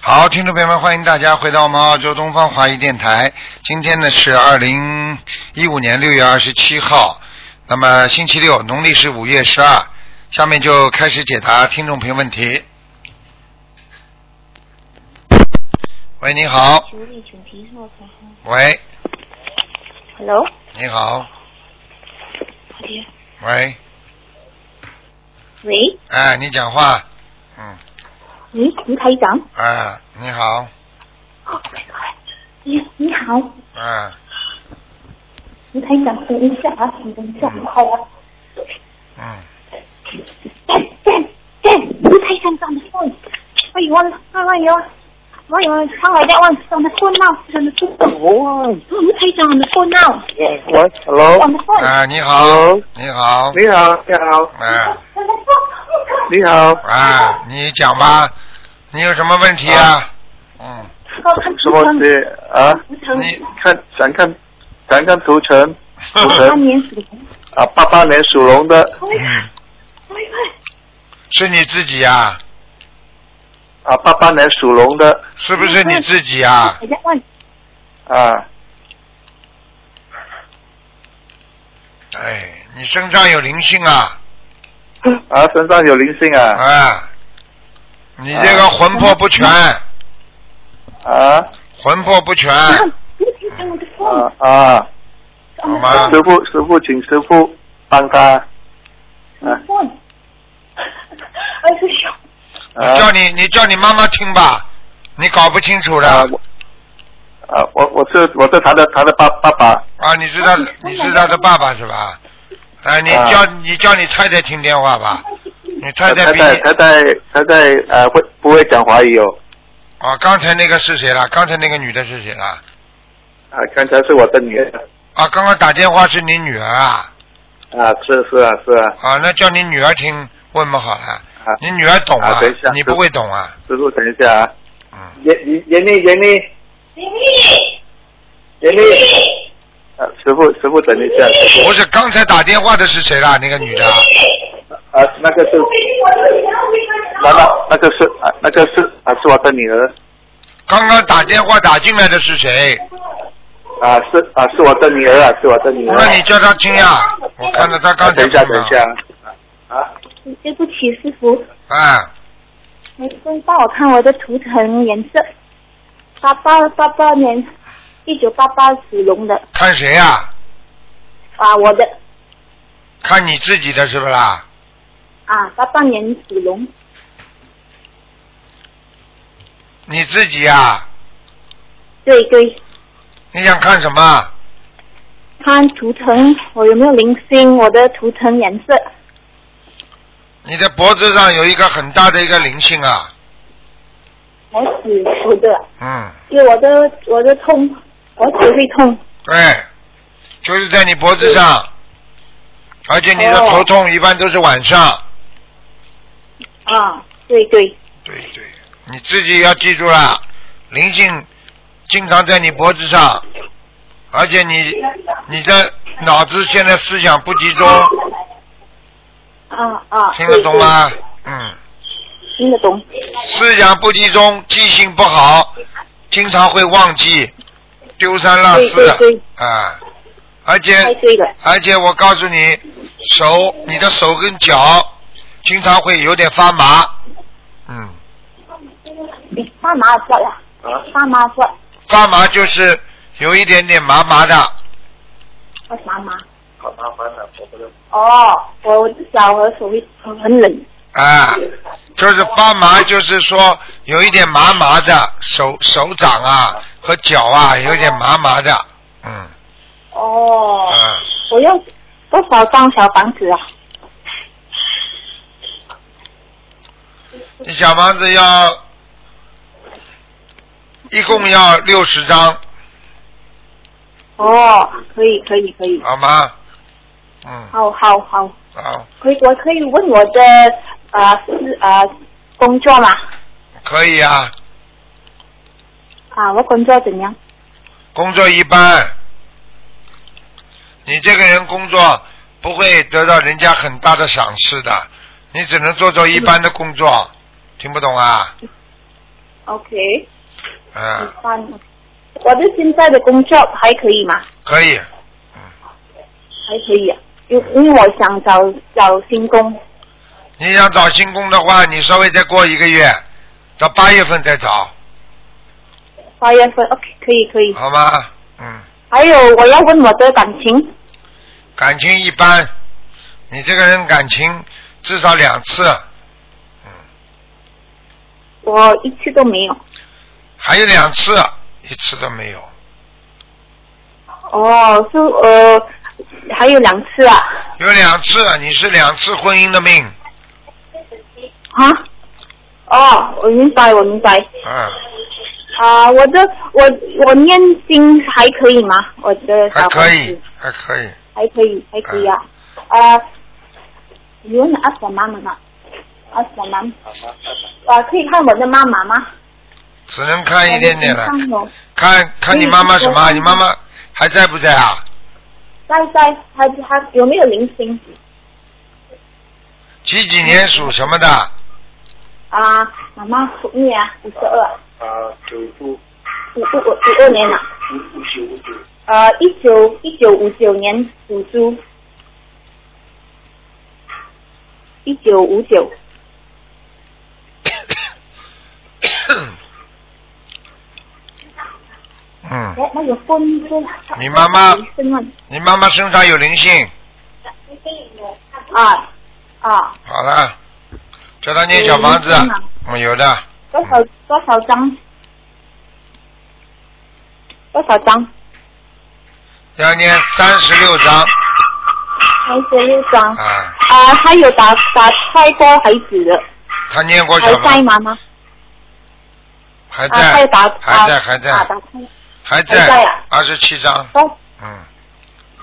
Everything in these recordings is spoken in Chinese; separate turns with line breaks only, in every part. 好，听众朋友们，欢迎大家回到我们澳洲东方华语电台。今天呢是二零一五年六月二十七号，那么星期六，农历是五月十二。下面就开始解答听众朋友问题。喂，你好，
主理主题后台。
喂，
Hello，
你好，
好的。
喂，
喂，
哎，你讲话，嗯，
喂，卢台长。
哎，你好，
你你好，
哎，
卢台长，等一下啊，你等一下，
嗯
我快啊。
嗯，
Dan Dan Dan，卢台长 's on the phone。What you want? What you want? What you want? Sound like that one? It's On the phone now. It's On the phone.
One,
卢台长 on the phone now.
one, hello，
On the phone.
哎，你好
Hello，
你好，
你好，你好，
哎，
On the phone.
你好，
哎，你讲吧，你有什么问题啊？嗯，
哦，看
什
图
么
腾，
事啊？
图腾，
你
看，想看，想看图层
八八年属龙。
啊，八八年属龙的
快快
嗯，
快快！
是你自己呀？
啊，八八年属龙的
是不是你自己呀？
等一下问，
啊，
哎，你身上有灵性啊！
啊，身上有灵性啊，
啊，你这个魂魄不全，
啊
魂魄不全，
卢台长 on the
啊
phone.
啊，
好
On the
吗
phone.？
师傅，师傅，请师傅帮他，啊
问，哎呦，
我叫
啊
你，你叫你妈妈听吧，你搞不清楚
啊
的
我啊，我我是我是他的他的爸爸爸
啊！你是他，你是他的爸爸是吧？哎，你
啊
叫你叫你太太听电话吧，你太
他
太
他
比
在
你
他在他在呃会不会讲华语哦？
啊，刚才那个是谁了？刚才那个女的是谁了？
啊，刚才是我的女儿。
啊，刚刚打电话是你女儿啊？
啊，是是啊是啊，
啊，那叫你女儿听问嘛好了，
啊，
你女儿懂
啊等一下
你不会懂啊？
师傅等一下啊，
嗯。
严严严丽严丽严丽，啊，师傅师傅等一下，师
不是，刚才打电话的是谁啦？那个女的啊，
傅啊，那个是，那那那个是啊那个是啊是我的女儿
刚刚打电话打进来的是谁？
啊是啊是我的女儿啊是我的女儿。
那你叫她听呀、我看到她
啊
刚才
等一下
听了
等一下啊
对不起，师傅，
啊，
没空帮我看我的图腾颜色。八八八八年，一九八八属龙的
看谁呀、
啊，我的
看你自己的是不是啦？
啊，八八年属龙
你自己呀、
对对，
你想看什么？
看图腾我有没有零星，我的图腾颜色
你的脖子上有一个很大的一个灵性啊，
来指出的，
嗯，
因为我的我的痛，啊我只会痛，
对，就是在你脖子上，而且你的
哦
头痛一般都是晚上，
啊，对对，
对对，你自己要记住了，灵性经常在你脖子上，而且你你的脑子现在思想不集中，
啊啊，
听得懂
对？
吗？嗯，
对听得懂，
思想不集中，记性不好，经常会忘记，丢三落
对对
四
对
啊，而
太
且
对了，
而且我告诉你，手你的手跟脚经常会有点发麻，嗯，
你发麻叫呀，
啊
发麻叫，
发麻就是有一点点麻麻的。
我发麻。
好麻烦了，我不能
哦，我的脚和手会很冷。
啊，就是发麻，就是说有一点麻麻的，手手掌啊和脚啊有一点麻麻的，嗯
哦，
嗯，
我要多少张小房子啊？
你小房子要一共要六十张，
哦，可以可以可以，
好吗？嗯，
好好好，
好，
可以我可以问我的呃是呃工作吗？
可以啊，
啊，我工作怎样？
工作一般，你这个人工作不会得到人家很大的赏识的，你只能做做一般的工作，听不懂啊？
OK，
嗯，
三。啊我的现在的工作还可以吗？
可以，
还可以、啊，因因为我想找找新工。
你想找新工的话，你稍微再过一个月，到八月份再找，
八月份 OK，可以可以。
好吗？嗯，
还有我要问我的感情，
感情一般，你这个人感情至少两次，
我一次都没有。
还有两次一次都没有，
哦，是呃，还有两次啊。
有两次你是两次婚姻的命，
啊？哦，我明白，我明白。
嗯，
啊、我的我我念经还可以吗？我的
还
小
可
房
以
子，
还可以，
还可以，还可以啊。啊，有哪阿婆妈妈吗？阿婆妈妈，啊，可以看我的妈妈吗？
只能看一点点了
我。哦的情况有
看看你妈妈什么？你妈妈还在不在啊？
在在，她她有没有零星？
几几年属什么的？
啊，妈妈属你啊，五十二，
啊，九
五五
五
五五二年了、啊。
五九五九，
呃，一九一九五九年属猪，一九五九，
嗯，
哎，那个风是
你妈妈
声问
你妈妈身上有灵性，
啊啊，
好了，叫她念小房子
有灵性啊，
嗯，有的，
多少多少张？多少张？
要念三十六章
三十六张。啊，
啊。
还有打打胎过孩子的，
她念过
还
小
在
房，
吗？妈？
还
啊，还
在
有打，
还在，
啊
还
啊，
在，
打胎。
还
还在
在
啊，
二十七章，
哦，
嗯，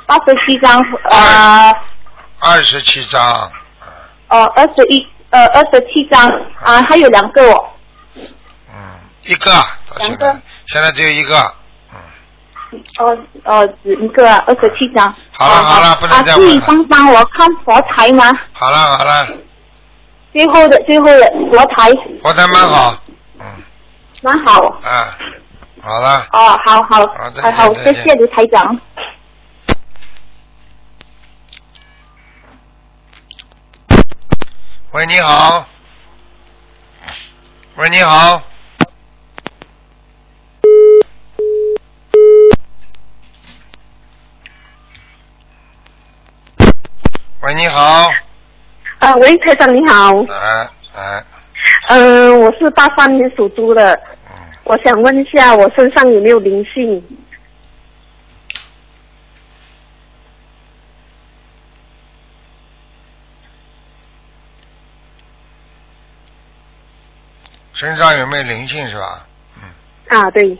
八十七张，呃，
哎二十七章，
呃，二十一，呃，二十七张
哎
啊，还有两个哦。
嗯，一个到现
两
在
个，
现在只有一个，嗯，
哦哦，只一个二十七张。
好了
啊
好了不能
啊
再
可
问
以
了
帮帮我看佛台吗？
好了好了，
最后的最后的佛台
活得蛮好，嗯，
蛮好。
啊，好了，
哦，好好，
好再
好好，
见再
谢
见
谢卢台长。
喂，你好，喂，你好，喂，你好，哎
啊，喂，台长你好，
来来，
嗯、我是八三年属猪的，
嗯，
我想问一下我身上有没有灵性？
身上有没有灵性是吧？嗯，
啊，对，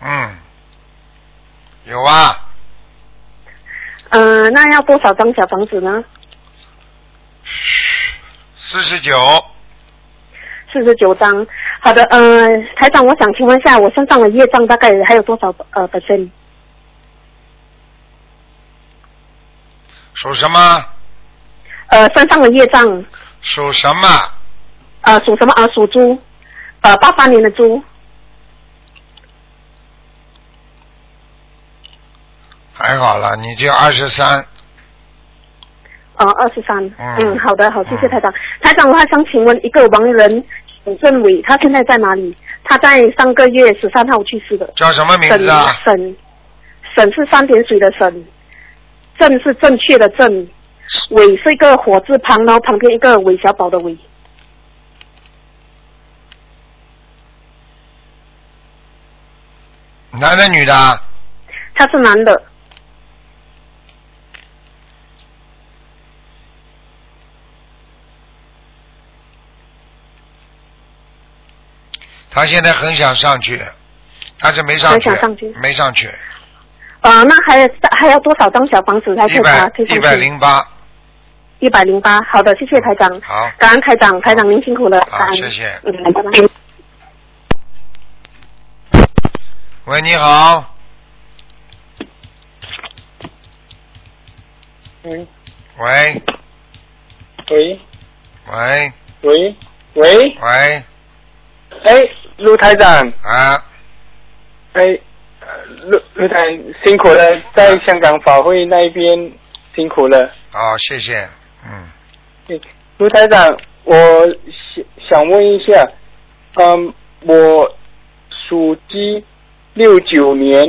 嗯，有啊，
嗯、那要多少张小房子呢？
四十九，
四十九张。好的，嗯、台长，我想请问一下，我身上的业障大概还有多少呃 percent？
属什么？
呃，身上的业障，
属什么？
呃，属什么？呃，属猪，呃，八三年的猪，
还好了，你就二十三，
呃，二十三。
嗯
嗯，好的，好，谢谢
嗯
台长。台长，我还想请问一个亡人沈振伟，他现在在哪里？他在上个月十三号去世的。
叫什么名
沈
字啊？
沈沈是三点水的沈，正是正确的正，伟是一个火字旁，然后旁边一个韦小宝的韦。
男的女的啊？
他是男的，
他现在很想上去，但是没上去，
很想上去
没上去，
呃，那还还要多少张小房子才可
一
以把
百
他推上
一
去？
百零八，
一百零八。好的，谢谢台长。
好
感恩台长，台长您辛苦了，
好
感恩。
谢谢
嗯，拜拜。
喂，你好，
嗯，
喂
喂
喂
喂喂，
喂
哎，陆台长，
啊，
哎，呃陆陆台辛苦了，在香港法会那一边辛苦了。
好，谢谢，嗯，
卢台长，我想想问一下，嗯，我属鸡，六九年，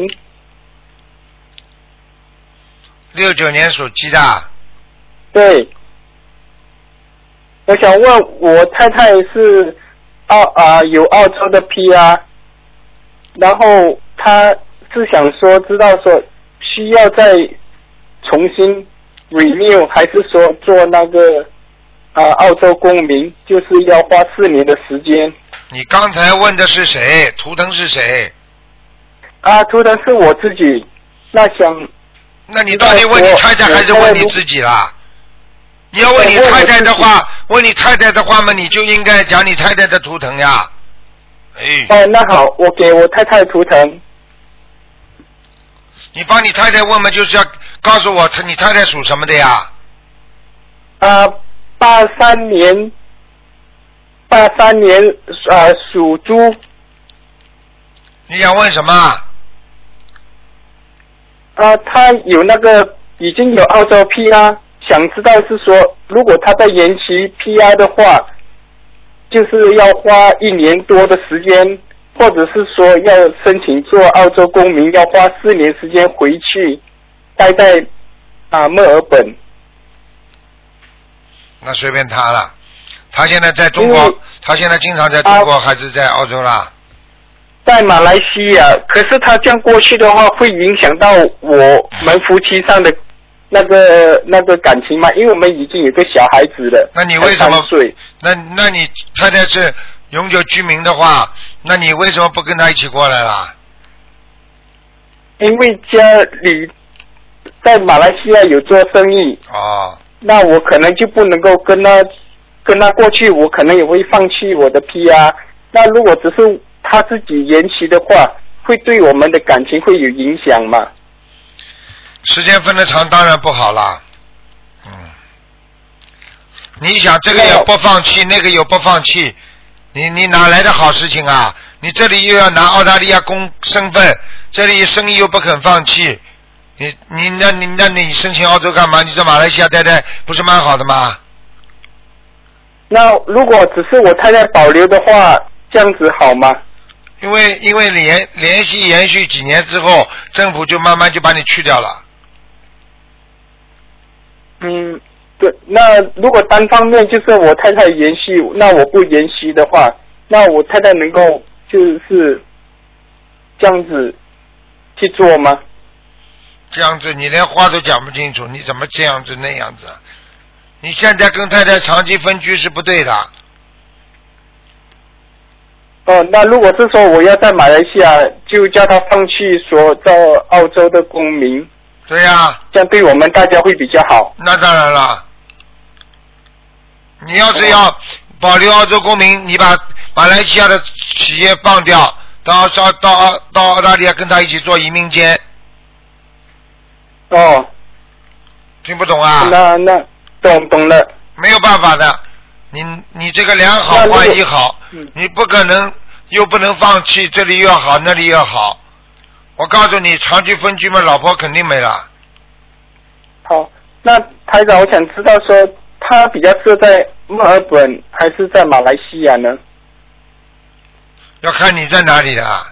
六九年属鸡的，
对，我想问我太太是澳啊、有澳洲的 PR，然后她是想说知道说需要再重新 renew，还是说做那个啊、澳洲公民，就是要花四年的时间。
你刚才问的是谁？图腾是谁？
啊，图腾是我自己。那想
那你到底问你太太还是问你自己啦？你要问你太太的话，问你太太的话嘛，你就应该讲你太太的图腾呀。哎，
哦，那好，我给我太太图腾。
你帮你太太问嘛，就是要告诉我她你太太属什么的呀？
啊，八三年，八三年啊，属猪。
你想问什么？
啊，他有那个已经有澳洲 PR，想知道是说，如果他在延期 PR 的话，就是要花一年多的时间，或者是说要申请做澳洲公民，要花四年时间回去待在啊墨尔本。
那随便他了。他现在在中国
嗯，
他现在经常在中国还是在澳洲啦？
在马来西亚，可是他这样过去的话，会影响到我们夫妻上的那个那个感情吗？因为我们已经有个小孩子了，
那你为什么
才三岁？
那那你太太是永久居民的话，那你为什么不跟他一起过来啦？
因为家里在马来西亚有做生意，
哦，
那我可能就不能够跟他跟他过去，我可能也会放弃我的 PR。那如果只是他自己延期的话，会对我们的感情会有影响吗？
时间分得长当然不好啦。嗯，你想这个也不放弃，那个也不放弃，你你哪来的好事情啊？你这里又要拿澳大利亚公身份，这里生意又不肯放弃，你你那你那你申请澳洲干嘛？你在马来西亚待待不是蛮好的吗？
那如果只是我太太保留的话，这样子好吗？
因为因为连连续延续几年之后，政府就慢慢就把你去掉了。
嗯，对。那如果单方面就是我太太延续，那我不延续的话，那我太太能够就是这样子去做吗？
这样子你连话都讲不清楚，你怎么这样子那样子？你现在跟太太长期分居是不对的，
哦，那如果是说我要在马来西亚，就叫他放弃说到澳洲的公民，
对呀、
这样对我们大家会比较好。
那当然了。你要是要保留澳洲公民，你把马来西亚的企业放掉，到到到到澳大利亚跟他一起做移民监，
哦，
听不懂啊？
那那懂懂了。
没有办法的，你你这个良好坏一好
那如果嗯，
你不可能又不能放弃，这里又要好，那里又要好。我告诉你，长期分居嘛，老婆肯定没了。
好，那台长，我想知道说他比较适合在墨尔本还是在马来西亚呢？
要看你在哪里的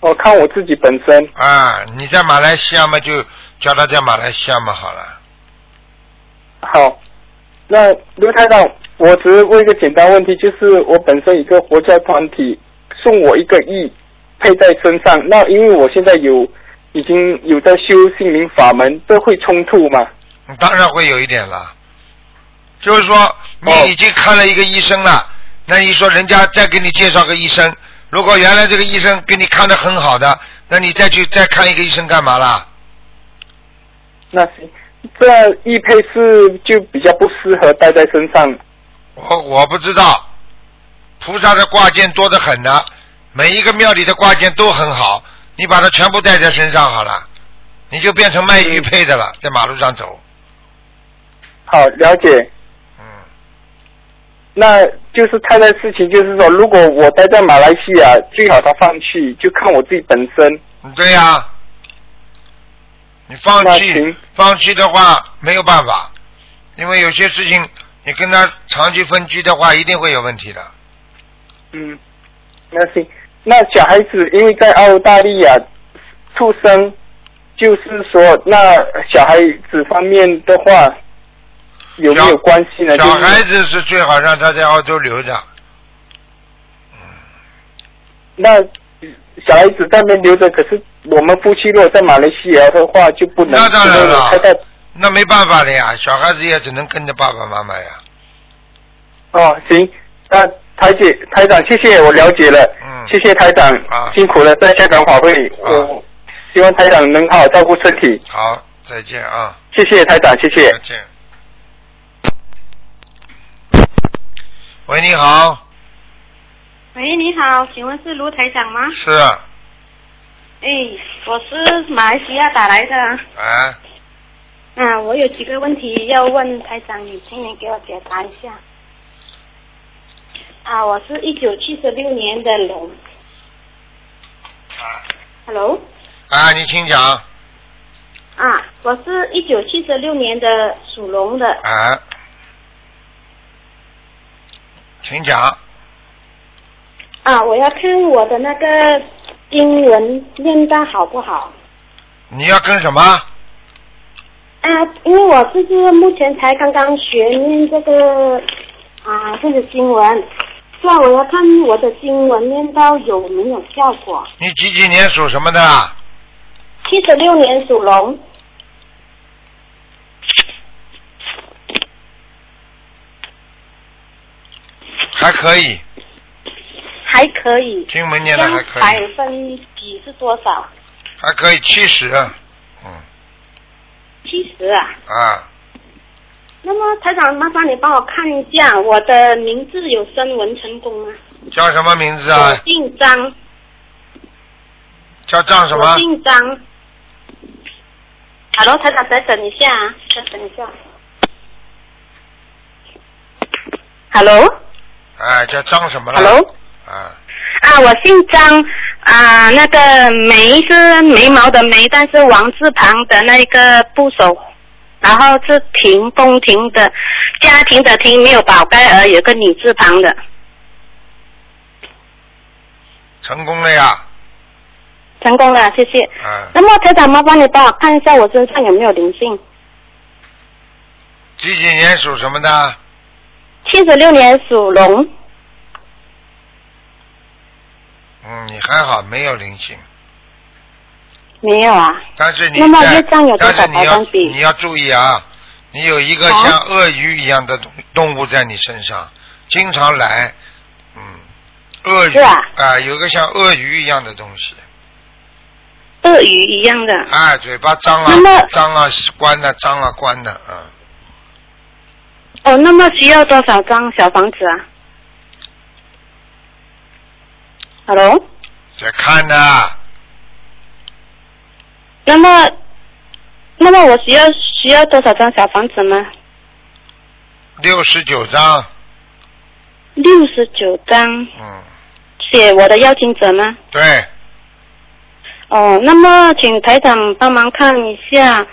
我哦看我自己本身。
啊，你在马来西亚嘛，就叫他在马来西亚嘛好了。
好，那刘台长，我只是问一个简单问题，就是我本身一个佛教团体送我一个亿配在身上，那因为我现在有已经有在修心灵法门，这会冲突吗？
当然会有一点了，就是说你已经看了一个医生了，那你说人家再给你介绍个医生，如果原来这个医生给你看的很好的，那你再去再看一个医生干嘛啦？
那行，这易配是就比较不适合带在身上。
我我不知道，菩萨的挂件多得很呢，每一个庙里的挂件都很好，
嗯
你把它全部带在身上好了，你就变成卖玉佩的了，在马路上走。
好，了解。
嗯，
那就是他的事情，就是说，如果我待在马来西亚，最好他放弃，就看我自己本身。
对呀、你放
那
弃
行
放弃的话没有办法，因为有些事情你跟他长期分居的话，一定会有问题的。
嗯，那行，那小孩子因为在澳大利亚出生，就是说，那小孩子方面的话，有没有
小
关系呢？
小
就是
孩子是最好让他在澳洲留着，
那小孩子在那边留着，可是我们夫妻如果在马来西亚的话，就不能
那当然
不能
了
开到
那没办法的呀，小孩子也只能跟着爸爸妈妈呀。
哦，行，那台姐台长，谢谢，我了解了，
嗯
谢谢台长，
啊
辛苦了，在香港法会，
啊
我希望台长能好好照顾身体，
好，再见啊，
谢谢台长，谢谢
再。见。喂，你好，
喂，你好，请问是卢台长吗？
是啊，
哎，我是马来西亚打来的。
哎，
啊，我有几个问题要问台长，你请你给我解答一下。啊，我是一九七十六年的龙。Hello。
啊，你请讲，
啊，我是一九七十六年的属龙的。
哎，请讲，
啊，我要看我的那个英文念得好不好。
你要跟什么？
啊，因为我就是目前才刚刚学念这个啊这个经文，所以我要看我的经文念到有没有效果。
你几几年属什么的啊？
七十六年属龙，
还可以，
还可以，
经文念的还可
百
以，
分比是多少？
还可以七十，嗯
七十啊。
啊，
那么台长，麻烦你帮我看一下我的名字有升文成功吗？
叫什么名字啊
我？姓张，
叫张什
我
么？
姓张。好了，台长，再等一下啊，再等一下。Hello。
哎，叫张什么了
Hello？
啊，
啊，我姓张，啊、那个眉是眉毛的眉，但是王字旁的那个部首，然后是亭，宫廷的，家庭的庭没有宝盖儿，有个女字旁的，
成功了呀，
成功了，谢谢。
啊，
那么台长，麻烦你帮我看一下我身上有没有灵性？
几几年属什么的？
七十六年属龙，
嗯，你还好，没有灵性，
没有啊？
但是你
那么
在
业障有多
但
少
是你要
百分比
你要注意啊，你有一个
啊
像鳄鱼一样的动动物在你身上，经常来，嗯，鳄鱼
是啊
有个像鳄鱼一样的东西，
鳄鱼一样的。
啊，嘴巴张啊
那么
张啊关的张啊关的，嗯，
哦，那么需要多少张小房子啊？Hello，
在看的啊，
那么，那么我需要需要多少张小房子呢？
六十九张，
六十九张，
嗯，
写我的邀请者吗？
对，
哦，那么请台长帮忙看一下，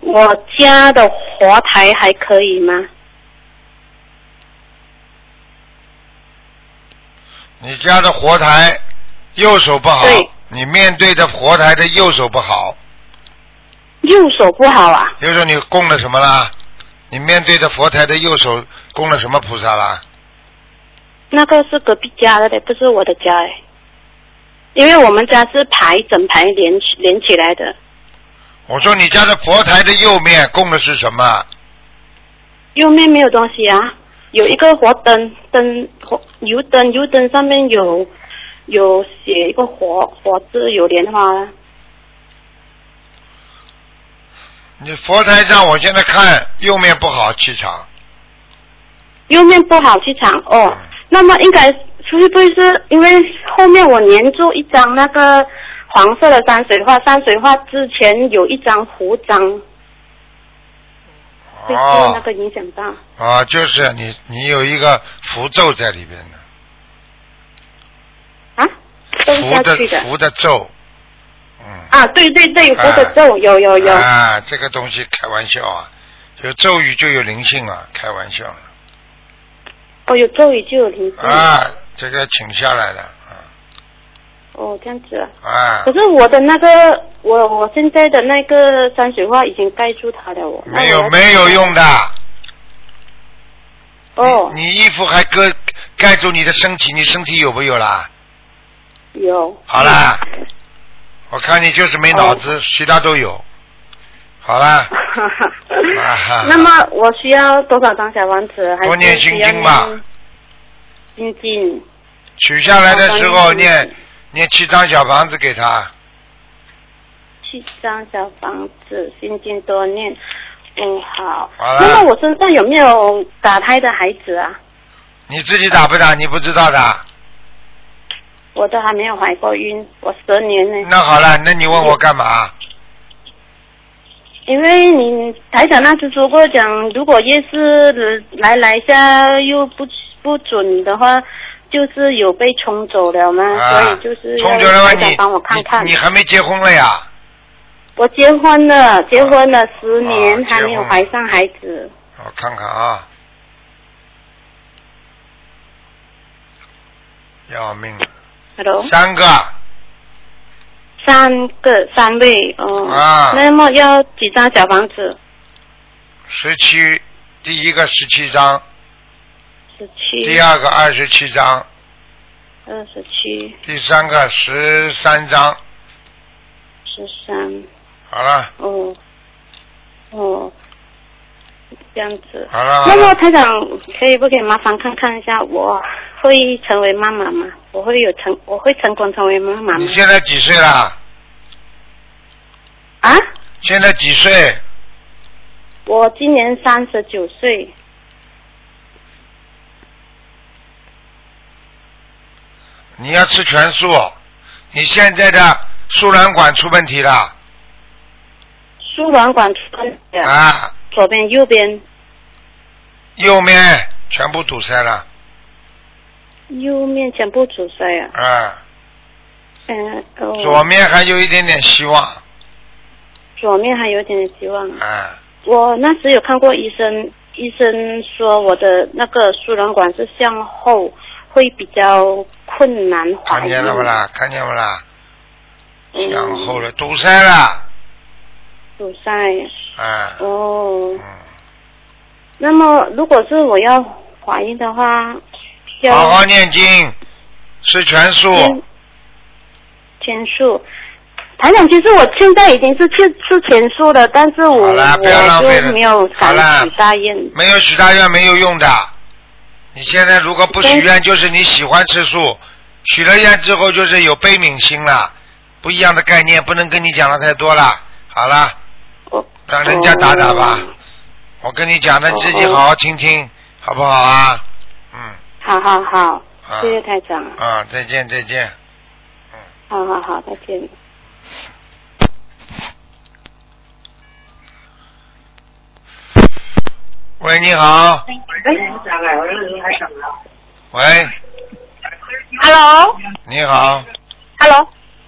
我家的活台还可以吗？
你家的活台右手不好
对，
你面对着活台的右手不好，
右手不好啊，
右手你供了什么啦？你面对着佛台的右手供了什么菩萨啦？
那个是隔壁家的嘞，不是我的家哎。因为我们家是排整排连起连起来的，
我说你家的佛台的右面供的是什么？
右面没有东西啊，有一个火灯，灯火油灯，油灯上面有有写一个火火字，有莲花啊。
你佛台上我现在看右面不好气场，
右面不好去抢哦，那么应该是不会是因为后面我粘住一张那个黄色的山水画，山水画之前有一张胡章，
啊、
会受那个影响到。
啊，就是你你有一个符咒在里边的，
啊，都
符
下
的
去的。
符的咒，嗯，
啊，对对对，佛的咒有有哦有，
啊，这个东西开玩笑啊，有咒语就有灵性啊，开玩笑了
哦有咒语就有灵性。
啊，这个请下来了啊
哦，这样子啊。
啊
可，是我的那个，我我现在的那个山水画已经盖住它了，哦我
没有没有。用的，
那我要
你你衣服还盖盖住你的身体，你身体有没有啦？
哦，有。
好 啦，我看你就是
哦
没脑子，其他都有，好啦。
哈哈
啊哈
那么我需要多少张小王子？还
多念
是需要
心经吧
念心经，
取下来的时候
好的嗯
念念七张小房子给他，
七张小房子，心经多念。嗯，好。
好啦
那么我身上有没有打胎的孩子啊？
你自己打不
嗯
打你不知道的。
我都还没有怀过孕，我蛇年呢。
那好了，那你问我干嘛？
因为你台长那次说过讲，如果夜市来来下又不不准的话，就是有被冲走了嘛，嗯所
啊
以就是，要
冲着了
台
你
长帮我看看
你，你。还没结婚了呀？
我结婚了，结婚了十年、
啊
还没有怀上孩子。
我看看啊，要命了，
Hello，
三个，
三个三位哦。
啊
那么要几张小房子？
十七，第一个十七张，
十七。
第。二个二十七张，
二十七，
第三个十三张，
十三，
好了，
哦，哦，这样子。
好了，好
那么
了，
台长，可以不可以麻烦看看一下，我会成为妈妈吗？我会有成，我会成功成为妈妈吗
你？现在几岁了？
啊，
现在几岁？
我今年三十九岁，
你要吃全素，你现在的输卵管出问题了
输卵管出问题了，
啊，
左边右边
右面全部堵塞了
右面全部阻塞啊。
啊，
嗯、哦，
左面还有一点点希望
左面还有点点希望。
啊，
我那时有看过医生，医生说我的那个输卵管是向后，会比较困难怀
看
孕。
见了不啦？看见不啦？
哦嗯
向后了，堵塞了
阻塞
啊，
哦。
嗯，
那么，如果是我要怀孕的话，要
好好念经，吃全
天
素，
天数。台长，其实我现在已经是吃吃全素的，但是我
好啦不要浪
我
费了
就没有
好
敢
啦
许大愿。
没有许大愿没有用的。你现在如果不许愿，就是你喜欢吃素，许了愿之后就是有悲悯心了，不一样的概念，不能跟你讲的太多了。好了，
我
让人家打打吧
哦
我跟你讲的，自己好好听听，好不好啊？嗯，
好好好，
啊
谢谢台长，
啊，再见再见。
好好好，再见。
哎
喂，你好，喂，
Hello，Hello，
你好，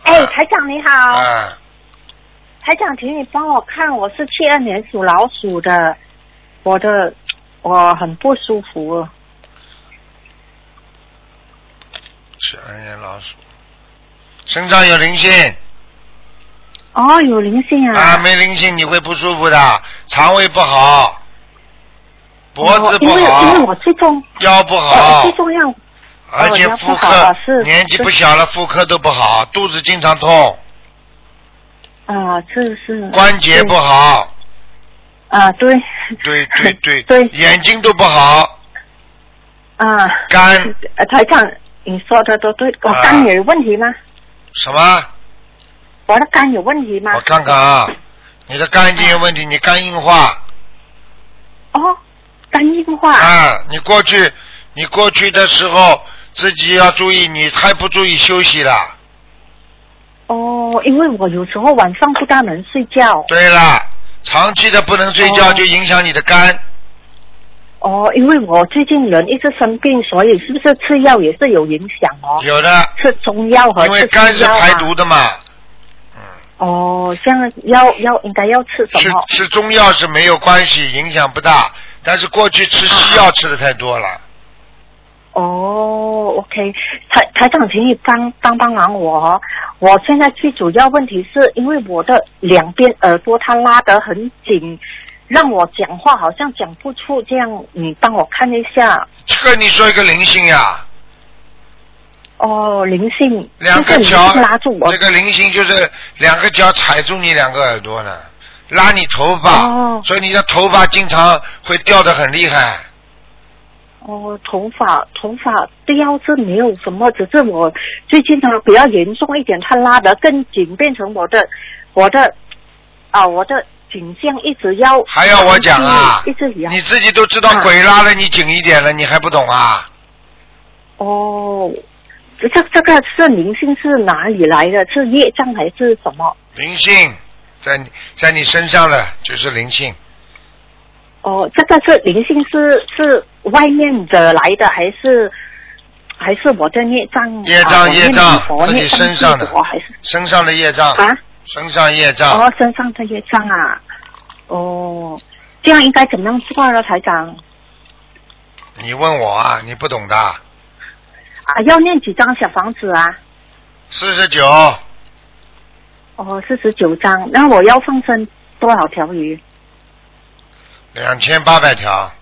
哎，台长你好，
啊，
台长，请你帮我看，我是七二年属老鼠的，我的我很不舒服，啊
是二年老鼠，身上有灵性
哦，有灵性
啊，
啊，
没灵性你会不舒服的，肠胃不好，脖子不
因为因为我哦
好，哦
最重，
腰不
我
好
最，重要
而且妇
我腰不好啊
科
是
年纪不小了，妇科都不好，肚子经常痛，
啊，是是
关节不好。
啊，对
对对对
对
眼睛都不好，
啊，
肝
呃台长，你说的都对，我
啊
肝也有问题吗？
什么？
我的肝有问题吗
我？看看啊，你的肝已经有问题，你肝硬化
哦，肝硬化
啊，你过去你过去的时候自己要注意，你太不注意休息了。
哦，因为我有时候晚上不大能睡觉，
对了，长期的不能睡觉
哦
就影响你的肝。
哦，因为我最近人一直生病，所以是不是吃药也是有影响哦？
有的，
吃中药和
因为
吃
肝
西
是
药
排
啊
毒的嘛，
哦，这样药药应该要吃什
吃
么？
吃中药是没有关系，影响不大。但是过去吃西药吃的太多了，
哦，OK，台台长，请你帮帮帮忙我哦。我现在最主要问题是因为我的两边耳朵它拉得很紧，让我讲话好像讲不出这样。你帮我看一下
这个你说一个灵性呀，
哦，灵性
两个
就是
脚
灵性拉住我
这个灵性就是两个脚踩住你两个耳朵呢，拉你头发，
哦
所以你的头发经常会掉的很厉害。
哦，头发头发掉是没有什么，只是我最近它比较严重一点，它拉得更紧，变成我的我的啊我的颈项一直要
还要我讲啊
一直要
你自己都知道
啊
鬼拉了你紧一点了，你还不懂啊？
哦，这这个是灵性是哪里来的？是业障还是什么？
灵性在你在你身上了，就是灵性。
哦，这个是灵性是是外面的来的还是？还是我的孽障，
业障
啊
业障
我
自己
孽障
身上的啊
自己我还是
身上的业障，
啊？
身上业障，
哦，身上的业障啊，哦，这样应该怎么样做呢，台长？
你问我啊，你不懂的，
啊，要念几张小房子啊？
四十九，
哦，四十九张。那我要放生多少条鱼？
两千八百条，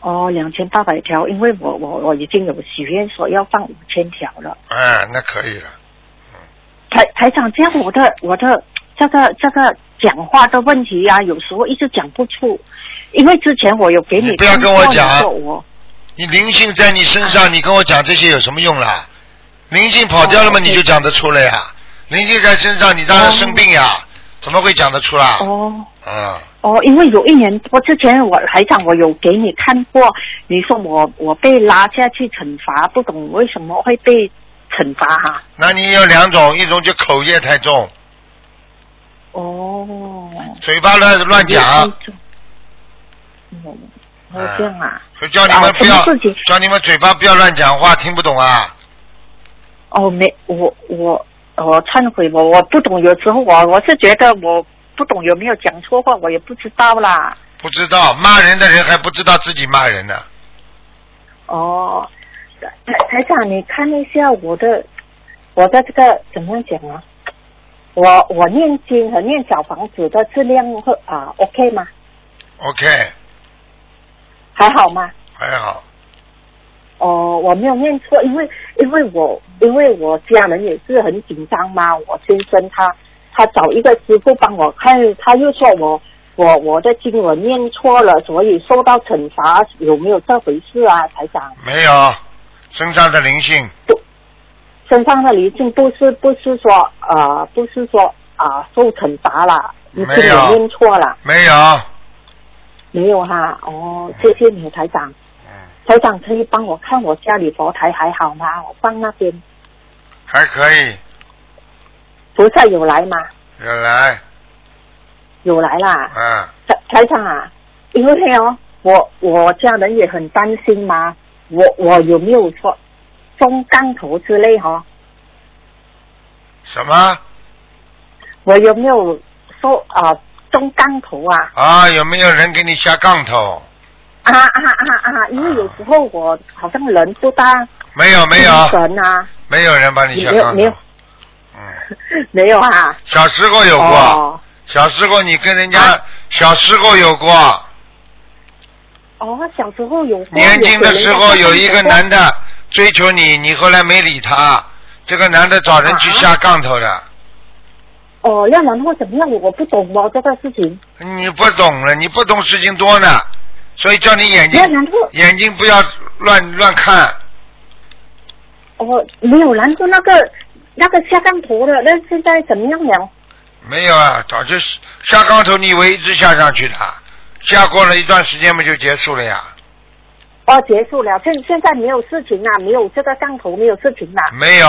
哦，两千八百条，因为我我我已经有许愿说要放五千条了。
哎，那可以了。
台台长，这样我的我的这个这个讲话的问题啊，有时候一直讲不出，因为之前我有给
你
你
不要跟我讲啊
听过你说我
你灵性在你身
啊
上，你跟我讲这些有什么用啦？灵性跑掉了嘛，
哦
你就讲得出来呀。灵性在身上，你当然生病呀，怎么会讲得出啦？
哦。
嗯，
哦，因为有一年多之前，我台长我有给你看过，你说我我被拉下去惩罚，不懂为什么会被惩罚哈、
那你有两种，一种就口业太重，
哦，
嘴巴乱乱讲，啊
哦，哦这样啊，
就叫你们不要
啊什么事情，
叫你们嘴巴不要乱讲话，听不懂啊？
哦没，我我我忏悔，我我不懂，有时候我我是觉得我不懂有没有讲错话，我也不知道啦。
不知道骂人的人还不知道自己骂人呢。
哦，台台长，你看一下我的，我的这个怎么样讲啊？我我念经和念小房子的质量会啊 OK 吗？
OK，
还好吗？
还好，
哦，我没有念错，因为因为我因为我家人也是很紧张嘛，我先生他他找一个师傅帮我看，他又说我我我的经文念错了，所以受到惩罚，有没有这回事啊？台长，
没有身上的灵性，
身上的灵性不是不是说呃不是说啊、受惩罚了，你经
没有
文念错了
没有。
没有哈？哦，谢谢你台长，
嗯，
台长可以帮我看我家里佛台还好吗？我放那边
还可以，
菩萨有来吗？
有来，
有来啦。
嗯，
台台长啊，因为哦，我我家人也很担心嘛，我我有没有说中钢头之类哈、
什么
我有没有说啊、中钢头啊
啊？有没有人给你下杠头？
啊啊啊啊！因为有时候我好像人不大
没有，没
精
有，
神啊，
没有人帮你下杠
没
头
有没有。
嗯，
没有啊。
小时候有过，
哦
小时候你跟人家
啊，
小时候有过，
哦，小时候有
哎
啊
年轻的时候有一个男
的
的追求你，你后来没理他，这个男的找人
啊
去下杠头了。
哦，要然后怎么样？我不懂哦，这个事情。
你不懂了，你不懂事情多呢，所以叫你眼睛
要然后
眼睛不要乱乱看，
哦，没有，然后那个那个下杠头的，那现在怎么样了？
没有啊，早就下杠头，你以为一直下上去的，下过了一段时间不就结束了呀？
哦，结
啊
束了，现现在没有事情啦，没有这个杠头，没有事情啦。
没有，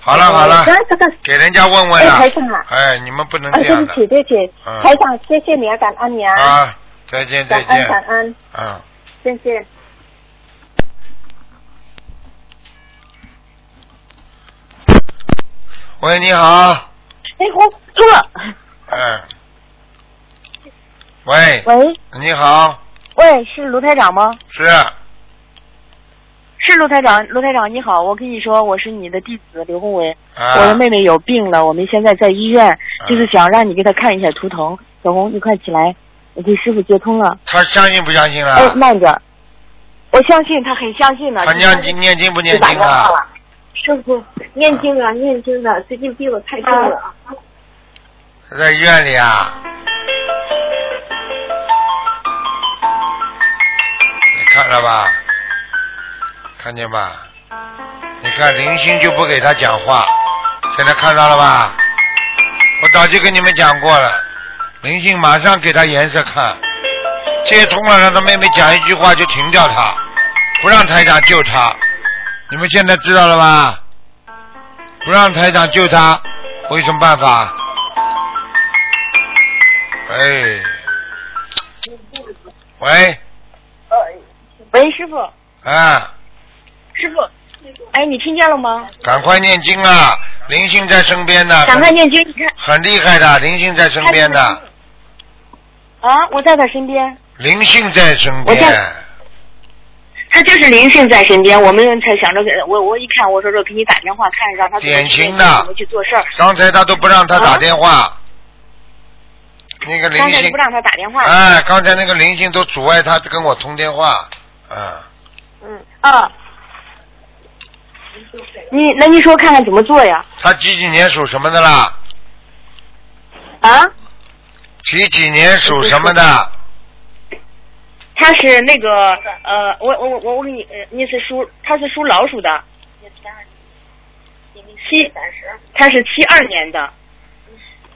好了好了
哎哦那，这个
给人家问问
哎
了
台长啊。
哎，你们不能
啊，
这
对不
样的
起，对不起，
嗯
台长，谢谢你啊，感恩你啊，
啊！再见
感
再
恩感
见，
恩，
嗯。
谢谢。
喂，你好，
哎，我错了。
嗯。喂，
喂
你好，
喂，是卢台长吗？
是啊
是卢台长，卢台长你好，我跟你说，我是你的弟子刘宏文，
啊，
我的妹妹有病了，我们现在在医院，就是
嗯
想让你给她看一下图腾。小红，你快起来，我给师傅接通了。
他相信不相信啊
哎，
了？
慢着，我相信她很相信的。
他念经念经不念经啊？
师傅，念经啊，念经的，最近病得太重了啊。
他在医院里啊。你看了吧？看见吧？你看灵性就不给他讲话，现在看到了吧？我早就跟你们讲过了，灵性马上给他颜色看，接通了让他妹妹讲一句话就停掉他，不让台长救他。你们现在知道了吧？不让台长救他，我有什么办法？哎，喂，
呃喂，师傅，
啊，
师傅，哎，你听见了吗？
赶快念经啊！灵性在身边呢，
赶快念经，哎你看
很很厉害的，灵性在身边的，
啊，我在她身边，
灵性在身
我
边
在。她就是灵性在身边，我们才想着给我，我一看，我说说给你打电话看，让她怎么
典型
去
的
怎么去做事儿。
刚才他都不让他打电话，那个灵
刚才就
性
不，让他打电话。
哎，刚才那个灵性都阻碍他跟我通电话，啊，
嗯啊。你那你说看看怎么做呀？
他几几年属什么的啦？
啊，
几几年属什么的？
他是那个呃，我我我我给你，呃你是属他是属老鼠的，七，他是七二年的，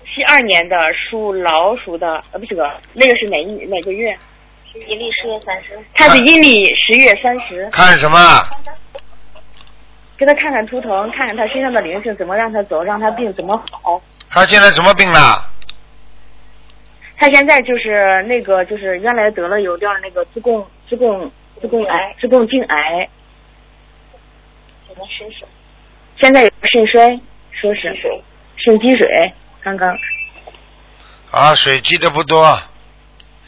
七二年的属老鼠的，呃不是个那个是哪一哪个月？
阴历十月三十。
他
啊
是阴历十月三十，
看什么？
给他看看图腾，看看他身上的灵性怎么让他走，让他病怎么好。
他现在什么病了？
他现在就是那个，就是原来得了有点儿那个子宫子宫子宫癌、子宫颈癌，现在有肾衰，说是肾积水，刚刚
啊，水积的不多，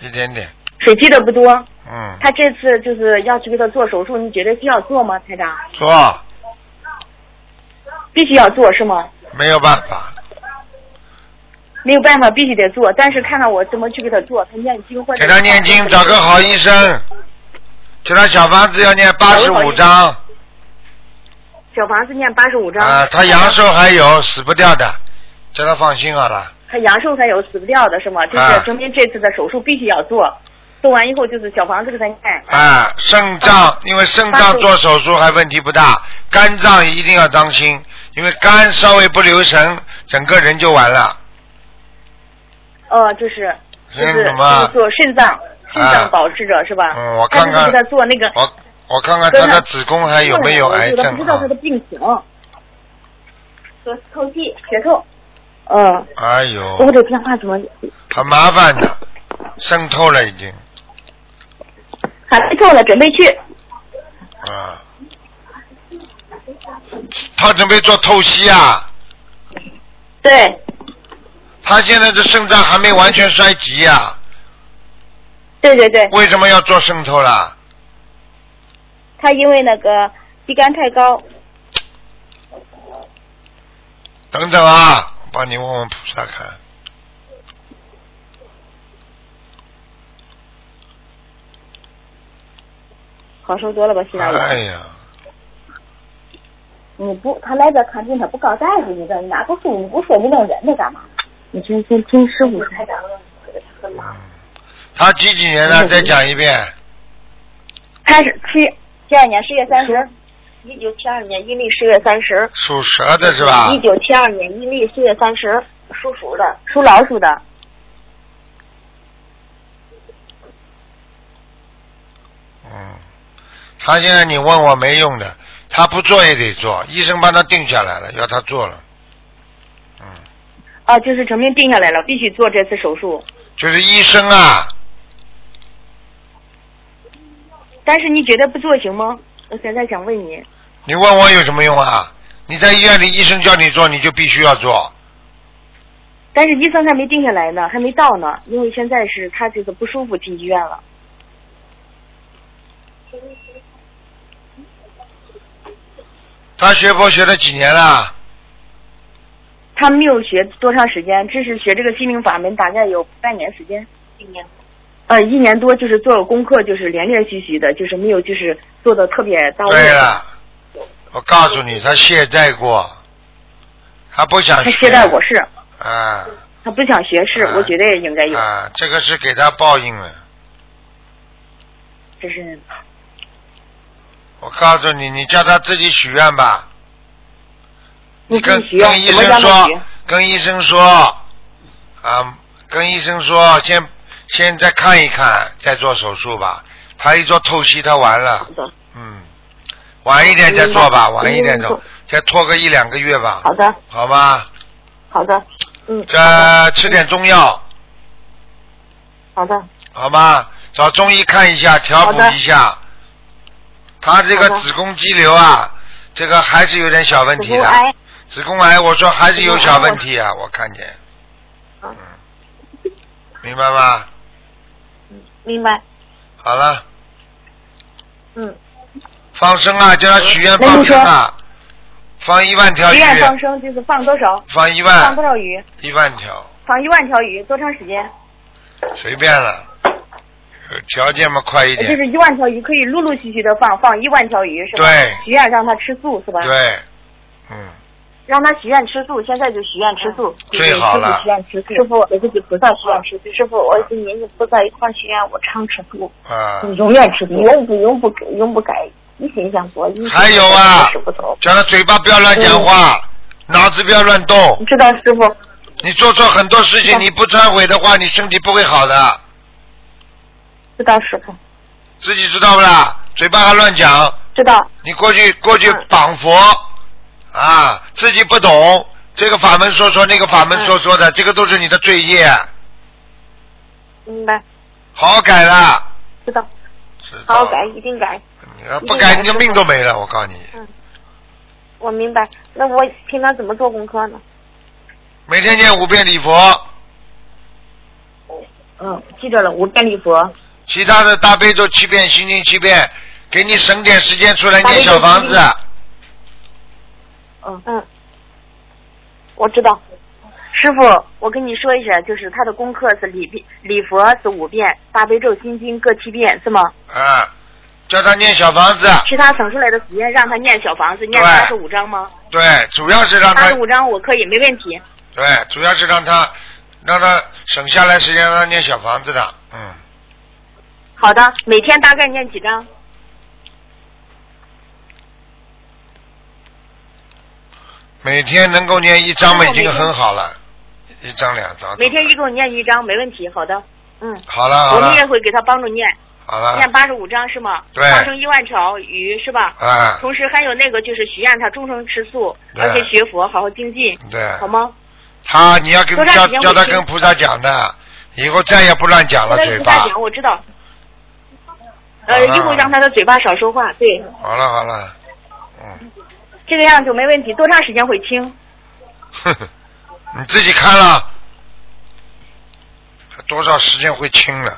一点点，
水积的不多。
嗯，
他这次就是要去给他做手术，你觉得需要做吗，台长？
说。
必须要做是吗？
没有办法，
没有办法，必须得做。但是看看我怎么去给他做，他念经或者
给他念经，找个好医生。给他小房子要念八十五章
小房子念八十五章
啊，他阳寿还有，死不掉的，叫他放心好了。
他阳寿还有死不掉的是吗？就
啊
是证明这次的手术必须要做，做完以后就是小房子给他念。
啊，肾脏因为肾脏做手术还问题不大，肝脏一定要当心，因为肝稍微不留神，整个人就完了。
呃，就是就
那
是
什
就
么
是，做肾脏，肾
啊
脏保持着是吧？
嗯我
他
看
就是
看
给他做那个，
我我看看
跟
他
他
的子宫还有没有癌症
我不知道
啊
他？的病情。和透析血透。嗯，
哎
我
呦，
的电话怎么
很麻烦的，渗透了已经
还没透了？准备去。
啊。他准备做透析啊。
对，
他现在的肾脏还没完全衰竭呀、
对对对，
为什么要做渗透啦？
他因为那个肌酐太高，
等等啊，我帮你问问菩萨看。
好受多了吧？现在
哎呀，
你不，他来这看病，他不告大夫，你这哪不舒服，你不说你弄人家干嘛？你先先听师傅说。
他几几年的？再讲一遍。
他是七七二年十月三十，一九七二年阴历十月三十，
属蛇的是吧？
九七二年阴历十月三十，属鼠的，属老鼠的。
嗯。他现在你问我没用的，他不做也得做，医生帮他定下来了，要他做了，嗯
啊，就是成命定下来了，必须做这次手术。
就是医生啊，
但是你觉得不做行吗？我现在想问你，
你问我有什么用啊？你在医院里，医生叫你做，你就必须要做。
但是医生还没定下来呢，还没到呢，因为现在是他这个不舒服进医院了。
他学佛学了几年了？
他没有学多长时间，这是学这个心灵法门大概有半年时间，一年，呃，一年多就是做了功课，就是连连续续的，就是没有就是做的特别到位。
对啊了，我告诉你，他懈怠过，他不想
他
学。
懈怠我是，
啊
他不想学
嗯
是，我觉得也应该有，
啊，这个是给他报应了。
这是
我告诉你，你叫他自己许愿吧。
你
跟
自己许愿
跟医
怎么
生
让他许
说，跟医生说，啊，跟医生说，先先再看一看，再做手术吧。他一做透析，他完了。嗯，晚一点再做吧，
嗯
晚一点做
嗯，
再拖个一两个月吧，
好的，
好吧？
好的，嗯，
这吃点中药，
好的，
好吗？找中医看一下，调补
好的
一下。他这个
好的
子宫肌瘤啊，这个还是有点小问题啊
子宫
的。
癌
子宫癌，我说还是有小问题啊，我看见。嗯，明白吗？
明白，
好了，
嗯，
放生啊，叫他许愿
那
放
你说
生啊，放一万条
许
鱼，
愿放生，就是放多少？
放一
放
万
多，少鱼？
一万条，
放一万条鱼，多长时间？
随便了，有条件嘛快一
呃就
呃
点，
是一万条鱼，可以陆陆续续的放，放一万条鱼是吧？
对
许愿让他吃素是吧？
对，嗯，
让他许愿吃素，现在就许愿吃素。
最好了，
吃素，师傅给自己菩萨许愿吃素。师傅，我跟您菩萨一块许愿，我常吃素，
啊，
永远吃素，永不永不永不改，一心向佛。一心向佛
还有啊
吃不透。
叫他嘴巴不要乱讲话，脑子不要乱动，
嗯知道师傅，
你做错很多事情，你不忏悔的话，你身体不会好的，
知道师傅，
自己知道不啦？嘴巴还乱讲，
知道
你过
嗯
去过去绑佛、啊，自己不懂这个法门说说那个法
嗯
门说说的，这个都是你的罪业，
明白，
好好改了。
知道，
知道
好好改，一定改。
你要不改，你的命都没了。我告诉你，
我明白。那我平常怎么做功课呢？
每天念五遍礼佛，
嗯，记着了，五遍礼佛。
其他的大悲咒七遍，心经七遍，给你省点时间出来念小房子。
嗯，
嗯，我知道，
师傅，我跟你说一下，就是他的功课是礼遍礼佛是五遍，大悲咒、心经各七遍，是吗？
啊，叫他念小房子，
其他省出来的时间让他念小房子，念
对
八十五章吗？
对，主要是让
八
他
十五章我可以，没问题。
对，主要是让他让他省下来时间让他念小房子的，嗯，
好的，每天大概念几章？
每天能够念一张已经很好了，一张两张，
每天一共念一章，没问题。好的，嗯，
好了好
我
了
们也会给他帮助念，
好了
念八十五章是吗？
啊对
放生一万条鱼是吧？
啊，
同时还有那个就是许愿他终生吃素，
对
而且学佛，好好精进，
对，
好吗？
他你要跟
多长
叫
时间
叫
回
他
去
跟菩萨讲的，以后再也不乱讲了
我再
嘴
跟
巴啊
他。讲，我知道。
好
呃，
了
一会儿让他的嘴巴少说话，对，
好了好了， 嗯，
这个样就没问题。多长时间会清？
呵呵，你自己看了，还多少时间会清了？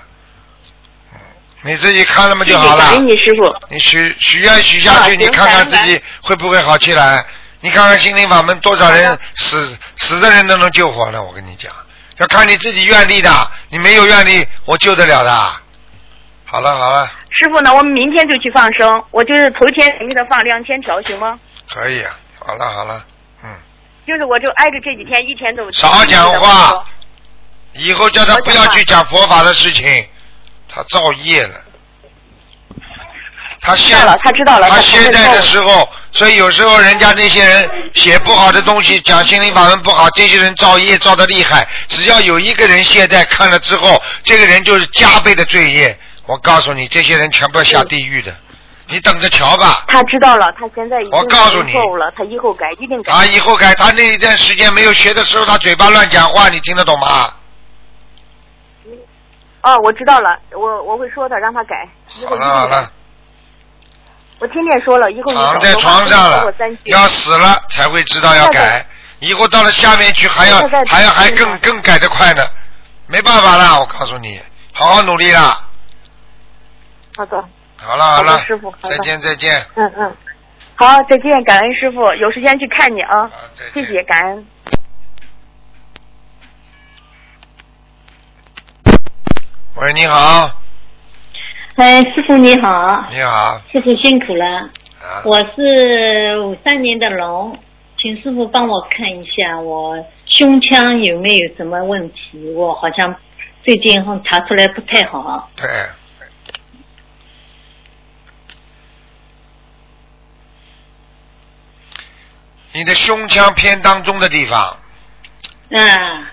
嗯，你自己看了嘛就好了
谢谢。感恩你师傅。
你许许愿许下去，
啊
你
行
看看
感恩
自己会不会好起来？你看看心灵法门多少人死死的人都能救活呢？我跟你讲，要看你自己愿力的，你没有愿力，我救得了的。好了好了，
师傅呢？我们明天就去放生，我就是头天给他放两千条，行吗？
可以，啊好了好了，嗯，
就是我就挨着这几天一天都
少讲话，以后叫他不要去讲佛法的事情，他造业了。他现
知道了他知道了
他
他
现
承认
在的
错误
时候，所以有时候人家那些人写不好的东西，讲心灵法门不好，这些人造业造的厉害。只要有一个人现在看了之后，这个人就是加倍的罪业。我告诉你，这些人全部要下地狱的，你等着瞧吧。
他知道了，他现在已经
我告诉你
错误了，他以后改，一定改。
他啊以后改，他那一段时间没有学的时候，他嘴巴乱讲话，你听得懂吗？
哦，我知道了，我我会说他，让他改。以后
好了好了，
我天天说了，以后你
躺
少
啊在
说话
床上
超过
了
三，句
要死了才会知道要改。以后到了下面去还要
现在在
还要还
听呢
更更改得快呢，没办法啦，我告诉你，好好努力啦。
好的，
好了
好
好
的
了
师傅，好的
再见再见。
嗯嗯。
好，再见，感恩师傅，有时间去看你啊，
好再
谢
见
谢，感恩。
喂，你好，
哎，师傅你好，
你好，
师傅辛苦了。
啊，
我是五三年的龙，请师傅帮我看一下我胸腔有没有什么问题？我好像最近好像查出来不太好。
对，你的胸腔偏当中的地方，
啊，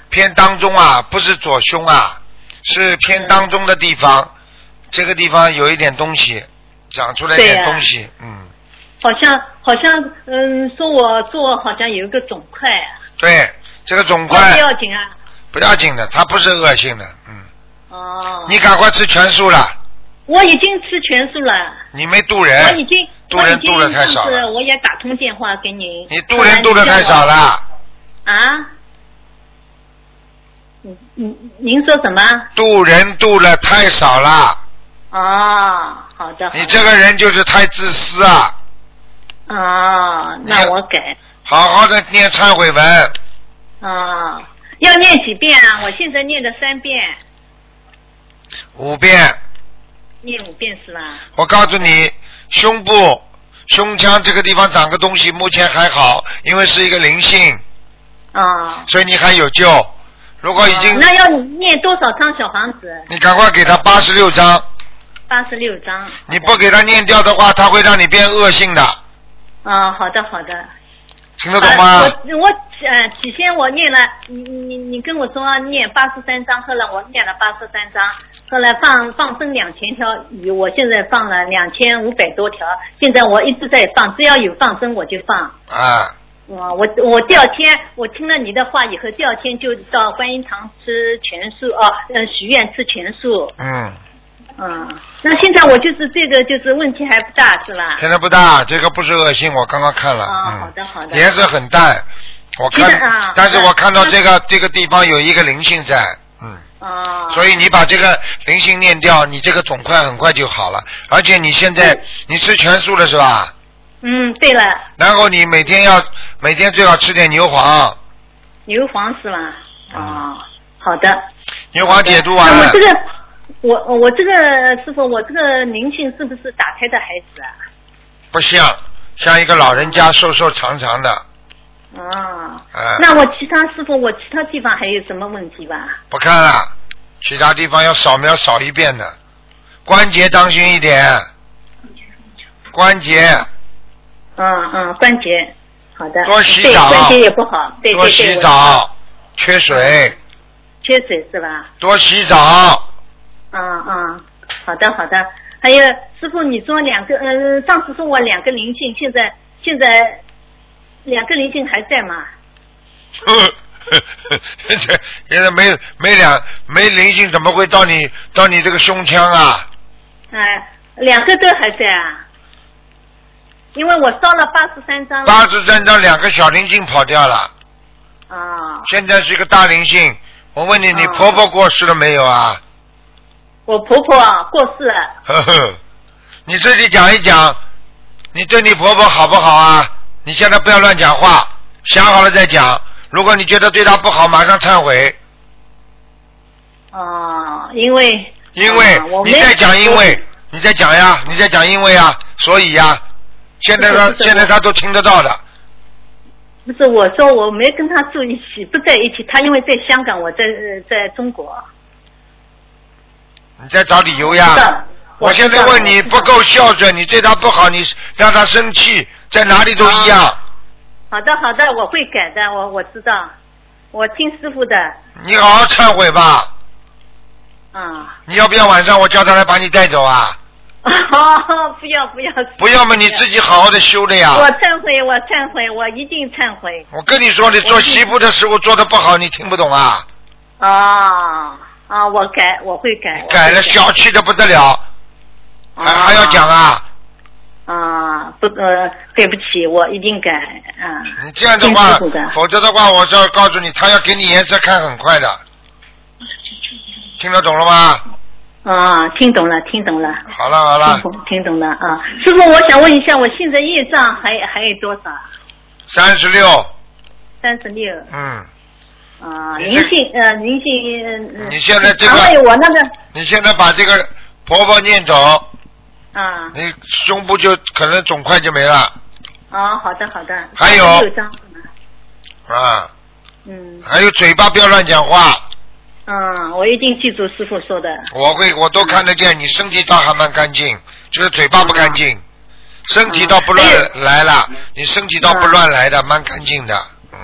偏当中啊，不是左胸啊，是偏当中的地方，这个地方有一点东西，长出来一
对
点
呀
东西，嗯，
好像好像嗯，说我做好像有一个肿块啊，
对，这个肿
不
块
要紧啊。
不要紧的，它不是恶性的，嗯，
哦，
你赶快吃全素了，
我已经吃全素了，
你没渡
我已
人，
经
渡人渡
我
得
已经
太
上
少
次
了
我也打通电话给你，
你渡人渡的太少了。
啊？嗯嗯，您说什么？
渡人渡了太少了，
哦，好的。好的
你这个人就是太自私啊！
哦，那我改
好好的念忏悔文，
哦，要念几遍啊？我现在念了三遍，
五遍。
念五遍是吧？
我告诉你，胸部、胸腔这个地方长个东西，目前还好，因为是一个灵性，
哦，
所以你还有救。如果已经，
那要你念多少张小房子？
你赶快给他八十六章，
八十六张。
你不给他念掉的话，他会让你变恶性的，
哦，好的好的。
听得懂吗？
啊我我呃，起先我念了，你你你跟我说念八十三章，后来我念了八十三章，后来放放生两千条鱼，我现在放了两千五百多条，现在我一直在放，只要有放生我就放。嗯
啊，
我我我第二天我听了你的话以后，第二天就到观音堂吃全素哦，呃许愿吃全素，
嗯，
嗯，那现在我就是这个就是问题还不大是吧？
现在不大，这个不是恶性，我刚刚看了，
啊、
嗯。
好的好的。
颜色很淡，我看
其实啊，
但是
那
我看到这个这个地方有一个灵性在，嗯，
啊，
所以你把这个灵性念掉，你这个肿块很快就好了。而且你现在你吃全素了是吧？
嗯，对了，
然后你每天要每天最好吃点牛黄，
牛黄是吧？啊、好的。
牛黄嗯解毒丸
那我这个，我我这个师傅，我这个灵性是不是打胎的孩子啊？
不像像一个老人家瘦瘦长长的，
啊、
嗯
那我其他师傅，我其他地方还有什么问题吧？
不看了，其他地方要扫描扫一遍的，关节当心一点，关节
嗯嗯，关节，好的，
多洗
对
澡
关节也不好，对对
多
对，
洗
我知道，
澡，缺水。
缺水是吧？
多洗澡，
嗯嗯，好的好的。还有师傅，你说两个，嗯，上次说我两个灵性，现在现在两个灵性还在吗？
这现在没没两没灵性，怎么会到你到你这个胸腔啊？
哎，两个都还在啊，因为我烧了八十三张了。
八十三张两个小灵性跑掉了，
啊、
现在是一个大灵性。我问你，你
哦
婆婆过世了没有啊？
我婆婆啊过世了，
呵呵，你自己讲一讲，你对你婆婆好不好啊？你现在不要乱讲话，想好了再讲。如果你觉得对她不好，马上忏悔，
啊、因为
因为
啊我
你
没
再讲，因为你再讲呀，你再讲，因为呀，所以呀，现在他
不是不是
现在他都听得到的，
不是我说我没跟她住一起，不在一起，她因为在香港，我在呃在中国。
啊你再找理由
知
呀
道。
我
我知道
现在问你
我知
不
道
够孝顺，你对他不好，你让他生气，在哪里都一
啊
样。
好的好的，我会改的，我我知道，我听师傅的
你好好忏悔吧。
啊、
你要不要晚上我叫他来把你带走啊？
啊、哦， 不要不要。
不要么你自己啊好好的修的呀。
我忏悔，我忏悔，我一定忏悔。
我跟你说，你做
我一定
媳妇的时候做的不好，你听不懂啊？
啊啊，我改，我会改。我会
改了小气的不得了，还还要讲啊？
啊，不呃，对不起，我一定改啊。
你嗯这样的话，否则的话，我就要告诉你，他要给你颜色看很快的。听得懂了吗？
啊，听懂了，听懂了，
好了好了，
听懂了啊！师傅，我想问一下，我现在业障还还有多少？
三十六，
三十六
嗯，
啊，灵性呃，灵性。呃
你现在这个
肠胃我那个
你现在把这个婆婆念走，
啊
你胸部就可能肿块就没了
啊，好的好的。
还有
36张，
啊。
嗯
还有嘴巴不要乱讲话，
嗯，我一定记住师傅说的。
我会我都看得见，你身体倒还蛮干净，就是嘴巴不干净，身体倒不乱来了，你身体倒不乱来的，蛮干净的。嗯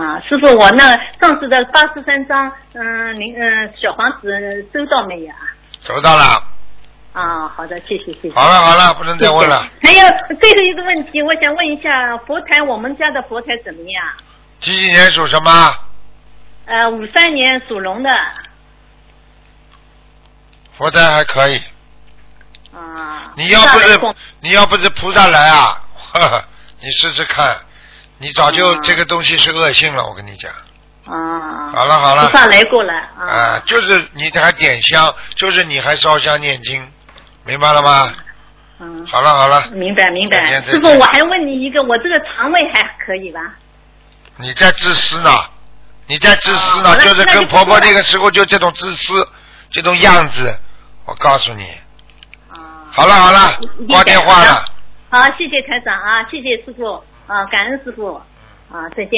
啊，师傅，我那上次的八十三张，嗯，您嗯小房子收到没有啊？
收到了，
啊，好的，谢谢谢谢。
好了好了，不能再问了，
还有最后一个问题，我想问一下佛台，我们家的佛台怎么样？
几几年属什么？
呃，五三年属龙的，
佛台还可以。
啊。
你要不
菩萨来
是
供
你要不是菩萨来啊， 呵呵，你试试看，你早就
嗯
这个东西是恶性了，我跟你讲。
啊。
好了好了
菩萨来过了啊。
啊，就是你还点香，就是你还烧香念经，明白了吗？
嗯。
好了好了，
明白明
再
白
见，再
师
见
傅，我还问你一个，我这个肠胃还可以吧？
你在自私呢，你在自私呢，
哦那
就是
那就
跟婆
不错
婆
了
那个时候就这种自私，这种样子，我告诉你。好了好了
一定，
挂电话
改
了。
啊好，谢谢台长啊，谢谢师傅啊，感恩师傅啊，再见。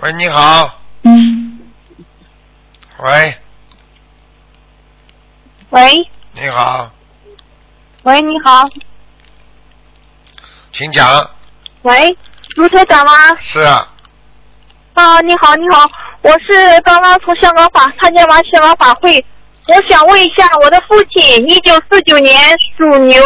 喂，你好。喂，
喂
你好，
喂，你好，
请讲。
喂，卢台长吗？
是啊，
啊，你好，你好，我是刚刚从香港法参加完香港法会，我想问一下，我的父亲一九四九年属牛，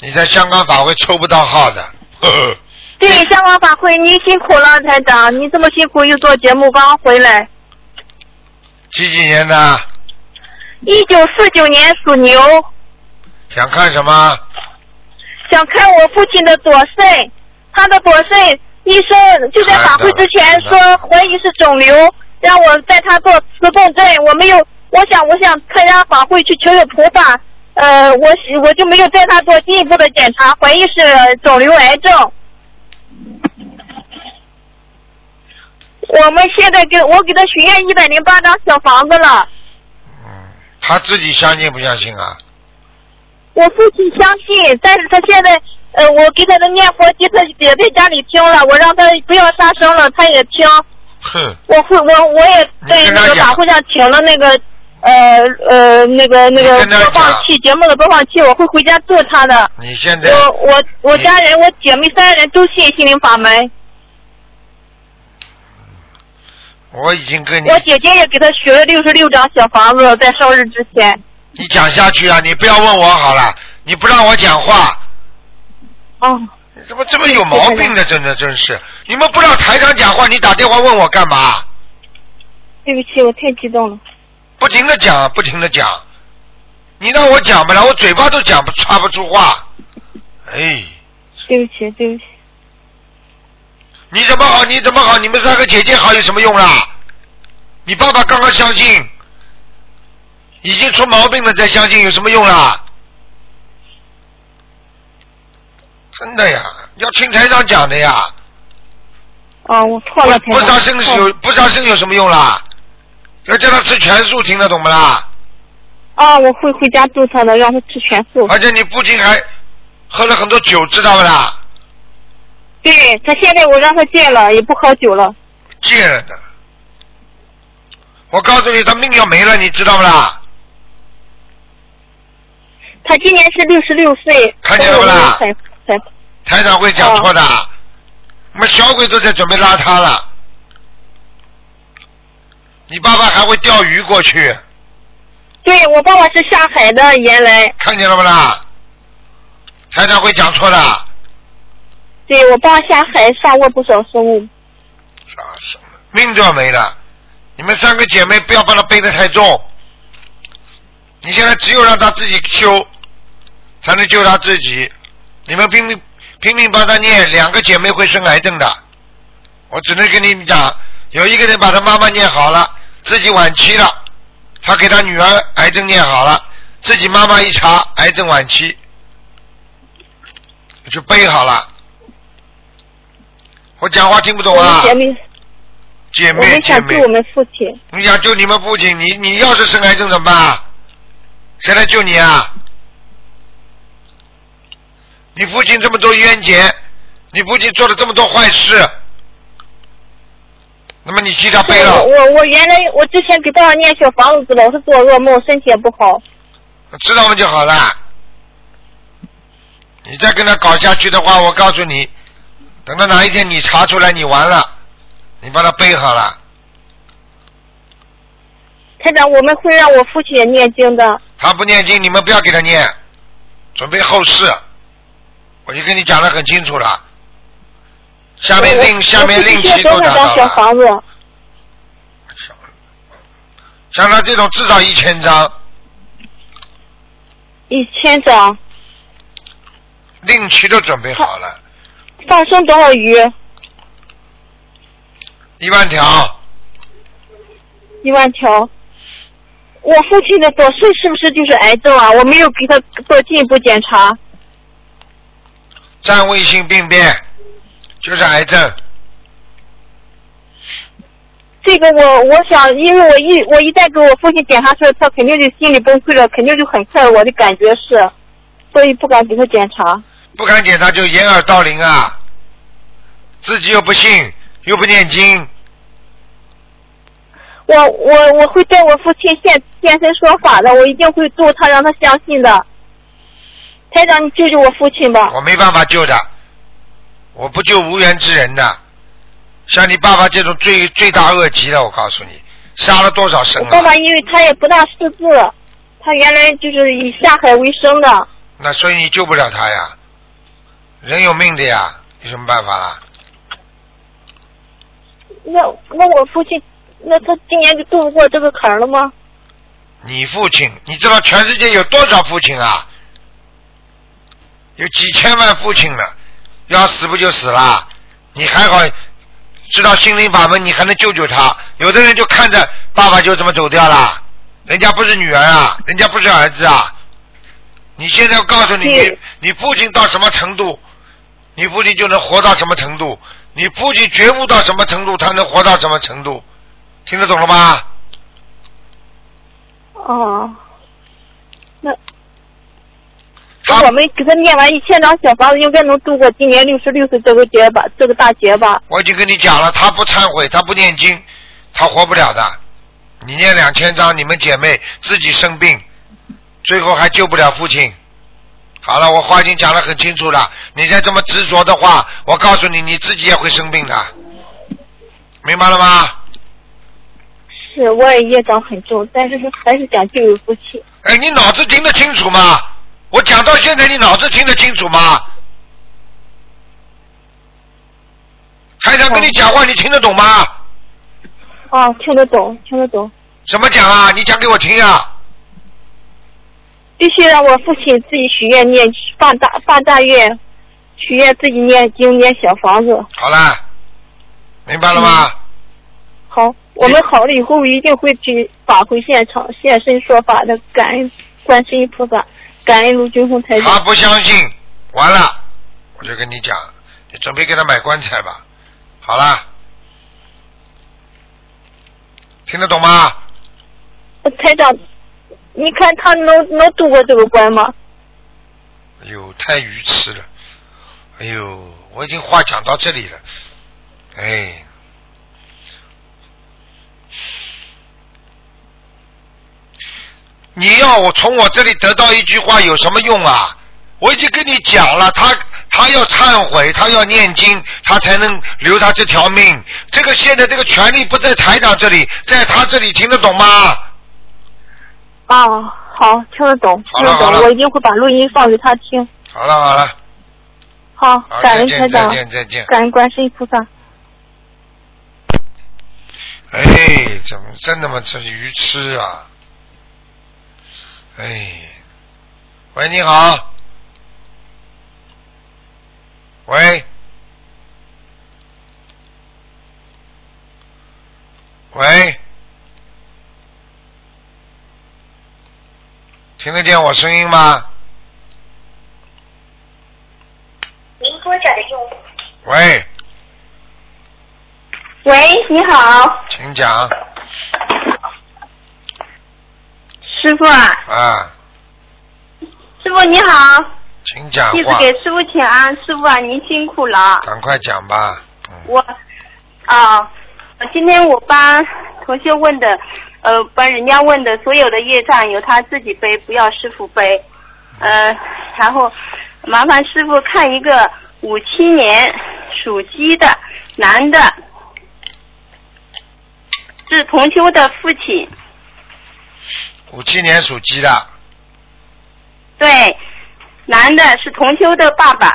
你在香港法会抽不到号的。 呵呵
对香港法会，您辛苦了，台长，您这么辛苦又做节目，刚刚回来。
几几年的？
一九四九年属牛，
想看什么？
想看我父亲的左肾，他的左肾医生就在法会之前说怀疑是肿瘤，让我带他做磁共振，我没有，我想我想参加法会去求求菩萨，呃，我我就没有带他做进一步的检查，怀疑是肿瘤癌症。我们现在给我给他许愿一百零八张小房子了，
他自己相信不相信啊？
我父亲相信，但是他现在，呃，我给他的念佛机，他也在家里听了，我让他呃不要杀生了，他也听。
哼，
我会，我我也在那个法会上请了那个，呃呃，那个那个
你跟他
播
讲
放器节目的播放器，我会回家做他的。
你现在
我我我家人，我姐妹三人都信心灵法门，
我已经跟你
我姐姐也给他学了六十六张小房子，在生日之前。
你讲下去啊！你不要问我好了，你不让我讲话，
哦，
你怎么这么有毛病的？真的真是，你们不让台长讲话，你打电话问我干嘛？
对不起，我太激动了。
不停的讲，不停的讲，你让我讲不了，我嘴巴都讲不插不出话。哎，
对不起，对不起。
你怎么好？你怎么好？你们三个姐姐好有什么用啦？你爸爸刚刚相信，已经出毛病了再相信有什么用啊啦？真的呀，要听台长讲的呀。
哦，我错了，台
不
长哦
杀生是有不杀生有什么用啦？要叫他吃全素，听得懂不啦？
啊，我会回家做他的，让他吃全素。
而且你不仅还喝了很多酒，知道不啦？
对他现在我让他戒了，也不喝酒了。
戒了的。啊我告诉你，他命要没了，你知道不啦？
他今年是六十六岁。
看见了不啦
很很
台长会讲错的，
哦
我们小鬼都在准备拉他了。你爸爸还会钓鱼过去，
对我爸爸是下海的，原来
看见了不啦？台长会讲错的，
对我爸爸下海上过不少生意。
命就要没了。你们三个姐妹不要把他背得太重，你现在只有让他自己修，才能救他自己。你们拼命拼命帮他念，两个姐妹会生癌症的。我只能跟你们讲，有一个人把他妈妈念好了，自己晚期了，他给他女儿癌症念好了，自己妈妈一查癌症晚期，就背好了。我讲话听不懂啊
我们？姐
姐
妹，我
妹，
们
姐
想
妹
救我，们父亲，
你想救你们父亲，你你要是生癌症怎么办？谁来救你啊？你父亲这么多冤结，你父亲做了这么多坏事，那么你替他背
我
了，
我我原来我之前给爸爸念小房子，老是做噩梦，身体也不好。
知道吗就好了。你再跟他搞下去的话，我告诉你，等到哪一天你查出来，你完了，你把他背好了。
台长，我们会让我父亲也念经的。
他不念经，你们不要给他念，准备后事。我就跟你讲的很清楚了。下面
我
令下面令旗都
我父亲需要多
拿到
少张小
了，
房子？
像他这种至少一千张，
一千张。
令旗都准备好了，
放生多少鱼？
一万条。
一万条。我父亲的左肾是不是就是癌症啊？我没有给他做进一步检查。
占位性病变，就是癌症。
这个我我想，因为我一我一旦给我父亲检查出来，他肯定就心理崩溃了，肯定就很快。我的感觉是，所以不敢给他检查。
不敢检查就掩耳盗铃啊，自己又不信，又不念经，
我我我会对我父亲现现身说法的，我一定会度他，让他相信的。台长，你救救我父亲吧！
我没办法救的，我不救无缘之人的。像你爸爸这种罪罪大恶极的，我告诉你，杀了多少生啊
爸
了？
爸因为他也不大识字，他原来就是以下海为生的。
那所以你救不了他呀，人有命的呀，有什么办法啦？
那那我父亲，那他今年就渡不过这个坎儿了吗？
你父亲，你知道全世界有多少父亲啊？有几千万父亲了，要死不就死啦？你还好，知道心灵法门，你还能救救他。有的人就看着爸爸就这么走掉了，人家不是女儿啊，人家不是儿子啊。你现在我告诉你，你你父亲到什么程度，你父亲就能活到什么程度，你父亲觉悟到什么程度，他能活到什么程度，听得懂了吗？
哦，那那我们给他念完一千张小房子，应该能度过今年六十六岁这个节吧，这个大劫吧。
我已经跟你讲了，他不忏悔，他不念经，他活不了的。你念两千章，你们姐妹自己生病，最后还救不了父亲。好了，我话已经讲得很清楚了，你再这么执着的话，我告诉你，你自己也会生病的，明白了吗？
是，我也业障很重，但是还是想救救父亲。
哎，你脑子听得清楚吗？我讲到现在，你脑子听得清楚吗？台长跟你讲话，你听得懂吗？
啊，听得懂，听得懂，
怎么讲啊？你讲给我听啊！
必须让我父亲自己许愿念，放大放大愿，许愿自己念经念小房子。
好啦，明白了吗？
好，我们好了以后一定会去法会现场现身说法的，感恩观世音菩萨，感恩卢军红台
他
长。
不相信，完了，我就跟你讲，你准备给他买棺材吧。好啦，听得懂吗？
台长，你看他能能度过这个关吗？
哎呦，太愚痴了！哎呦，我已经话讲到这里了，哎，你要我从我这里得到一句话有什么用啊？我已经跟你讲了，他他要忏悔，他要念经，他才能留他这条命。这个现在这个权利不在台长这里，在他这里，听得懂吗？
啊
哦，好，听得懂，听得
好了
懂，我一定会把录音放给他听。
好了好了，
好
好，
感
再
恩
见
台长
再见再见，
感恩观世音菩萨。
哎，怎么真他妈这鱼吃啊？哎，喂，你好，喂，喂，听得见我声音吗？
您拨打的用户。
喂，
喂，你好，
请讲
师傅啊，
啊，
师傅你好，
请讲
弟子
话，
给师傅请安，师傅啊，您辛苦了。
赶快讲吧。嗯
我啊、今天我帮同学问的，呃，帮人家问的所有的业障由他自己背，不要师傅背。呃，然后麻烦师傅看一个五七年属鸡的男的，是同修的父亲，
五七年属鸡的，
对，男的是同修的爸爸。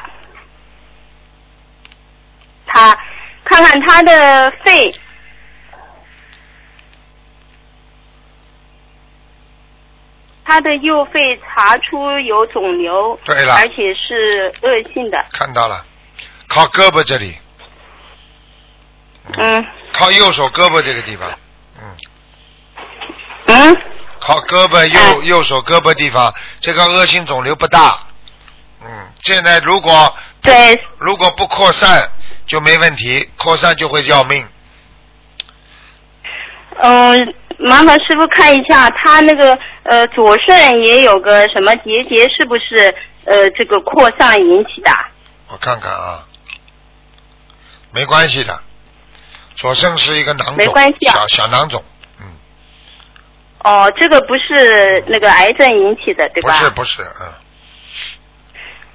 他看看他的肺，他的右肺查出有肿瘤，
对了
而且是恶性的，
看到了，靠胳膊这里，
嗯，
靠右手胳膊这个地方，
嗯，
靠胳膊
哎
右右手胳膊地方，这个恶性肿瘤不大，嗯，现在如果
对，
如果不扩散就没问题，扩散就会要命。
嗯，麻烦师傅看一下他那个呃左肾也有个什么结节，是不是呃这个扩散引起的？
我看看啊，没关系的，左肾是一个囊肿，
没关系啊
小小囊肿，
哦，这个不是那个癌症引起的，对
不
吧？
是不是，嗯，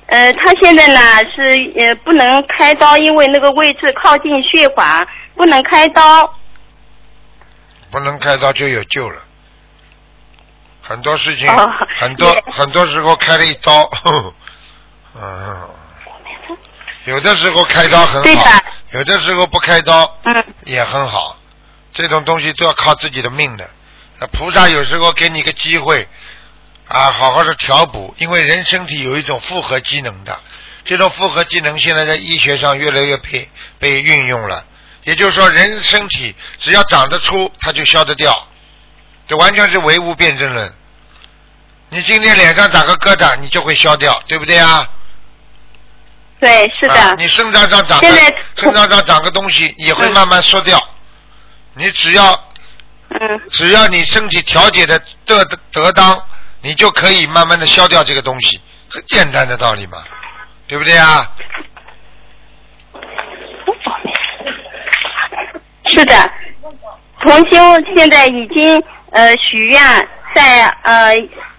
呃，他现在呢是呃不能开刀，因为那个位置靠近血管，不能开刀。
不能开刀就有救了。很多事情，
哦
很多很多时候开了一刀，
啊
嗯，有的时候开刀很
对
好
的，
有的时候不开刀
嗯
也很好。这种东西都要靠自己的命的。呃菩萨有时候给你个机会啊，好好的调补，因为人身体有一种复合机能的，这种复合机能现在在医学上越来越被被运用了。也就是说，人身体只要长得出，它就消得掉，这完全是唯物辩证论。你今天脸上长个疙瘩，你就会消掉，对不对啊？
对，是的。
啊你肾脏上长个
现在
肾脏上长个东西，也会慢慢缩掉。你只要，
嗯，
只要你身体调节的得得当，你就可以慢慢的消掉这个东西，很简单的道理嘛，对不对啊？
是的，同修现在已经呃许愿在呃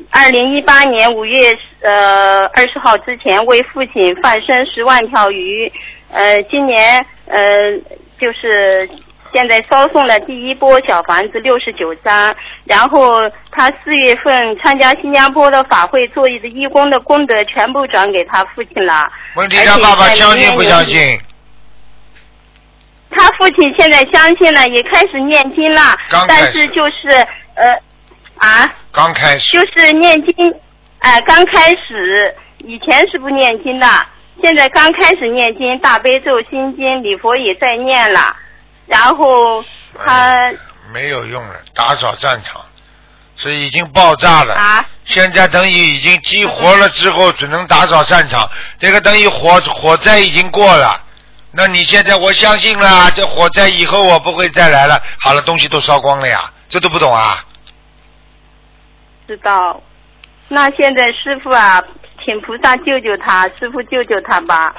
二零一八年五月呃二十号之前为父亲放生十万条鱼，呃今年呃就是现在烧送了第一波小房子六十九张，然后他四月份参加新加坡的法会做的义工的功德全部转给他父亲了。
问题他爸爸相信不相信？
他父亲现在相信了，也开始念经了
刚，开
但
始
是就是呃啊，
刚开始
就是念经，哎、刚开始以前是不念经的，现在刚开始念经，大悲咒、心经、礼佛也在念了，然后他
哎没有用了，打扫战场，所以已经爆炸了。
啊
现在等于已经激活了之后，只能打扫战场。这个等于火火灾已经过了，那你现在我相信了，这火灾以后我不会再来了。好了，东西都烧光了呀，这都不懂啊？
知道，那现在师傅啊，请菩萨救救他，师傅救救他吧。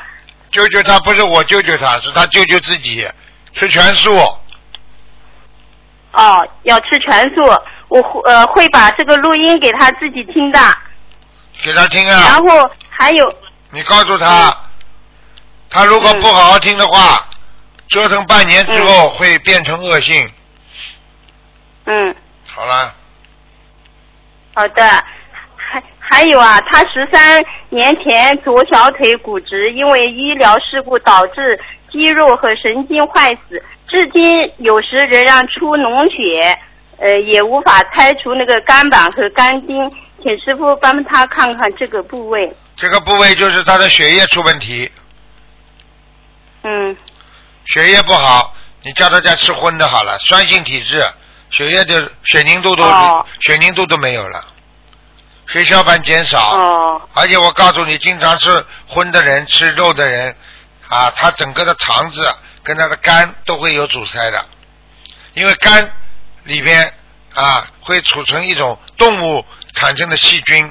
救救他不是我救救他，是他救救自己，吃全素。
哦，要吃全素，我会呃会把这个录音给
啊
他自己听的。
给他听
然
啊！
后还有
你告诉他，他如果不好好听的话，折腾半年之后会变成恶性。
嗯，
好了，
好的。还还有啊，他十三年前左小腿骨折，因为医疗事故导致肌肉和神经坏死，至今有时仍然出脓血，呃，也无法拆除那个肝板和肝经，请师傅帮他看看这个部位。
这个部位就是他的血液出问题，
嗯，
血液不好，你叫他家吃荤的好了，酸性体质，血液的血凝度都、
哦
血凝度都没有了，血小板减少，
哦，
而且我告诉你，经常吃荤的人、吃肉的人，啊，他整个的肠子跟他的肝都会有阻塞的，因为肝里边啊会储存一种动物产生的细菌，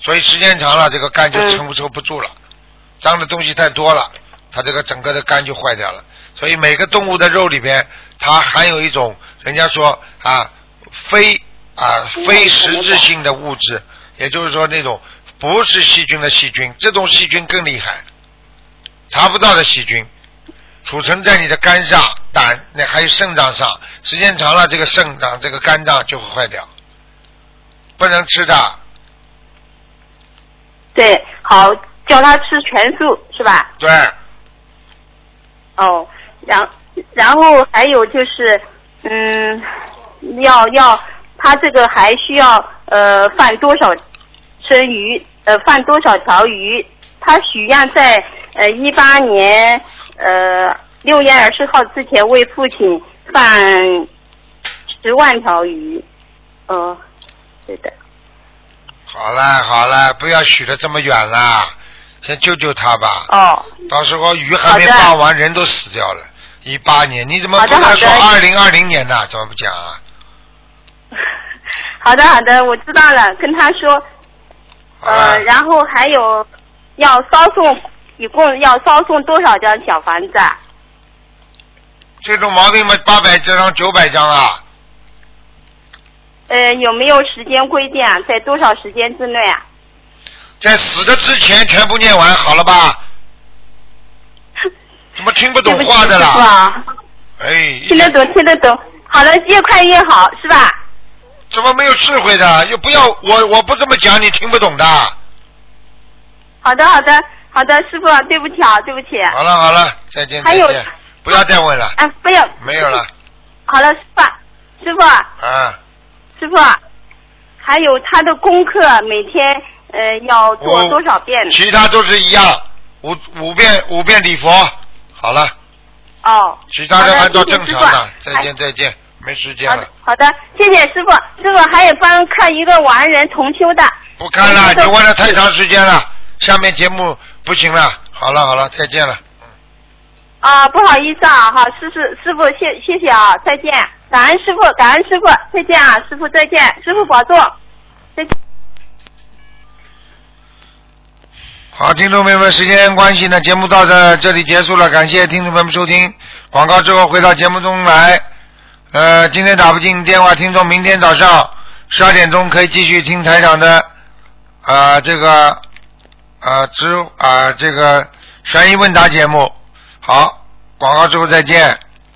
所以时间长了，这个肝就承受不住了，脏的东西太多了，它这个整个的肝就坏掉了。所以每个动物的肉里边，它含有一种人家说啊非啊非实质性的物质，也就是说那种不是细菌的细菌，这种细菌更厉害，查不到的细菌，储存在你的肝上、胆那还有肾脏上，时间长了，这个肾脏、这个肝脏就会坏掉，不能吃的。
对，好，叫他吃全素是吧？
对，
哦，然然后还有就是，嗯，要要他这个还需要呃放多少生鱼，呃放多少条鱼？他许愿在呃一八年呃六月二十号之前为父亲放十万条鱼，呃，对的，
好了好了，不要许的这么远啦，先救救他吧。
哦，
到时候鱼还没
好的
放完，人都死掉了。一八年，你怎么
好
不
的好
能
的
说二零二零年呢？怎么不讲啊？
好的好的，我知道了，跟他说。
啊
呃，然后还有要烧送，一共要烧送多少张小房子啊？
这种毛病嘛，八百张、九百张啊，
呃，有没有时间规定啊？在多少时间之内啊？
在死的之前全部念完，好了 吧？怎么听不懂话的
对不起师傅
啦？
啊，
哎，
听得懂，听得懂。好了，越快越好，是吧？
怎么没有智慧的？又不要我，我不这么讲，你听不懂的。
好的，好的，好的，师傅啊，对不起啊，对不起。
好了好了，再见
还
再
有
见，不要再问了，
哎，不要，
没有了
好了，师傅啊，师傅啊，
啊！
师傅啊，还有他的功课每天呃要做
我
多少遍？
其他都是一样，五五遍五遍礼佛，好了，
哦，
其他的
好
按照
谢谢
正
师
常
傅啊
的。再
还
见再见，没时间了，
好的，谢谢师傅。师傅还有帮看一个亡人同修的，
不看了，你问了太长时间了，下面节目不行了，好了好了，再见了。
啊、不好意思啊，哈，师傅师傅谢谢谢啊，再见，感恩师傅，感恩师傅，再见啊，师傅再见，师傅保重，再见。
好，听众朋友们，时间关系呢，节目到这这里结束了，感谢听众朋友们收听。广告之后回到节目中来。呃，今天打不进电话，听众明天早上十二点钟可以继续听台长的啊、呃这个啊直啊这个悬疑问答节目。好，广告之后再见。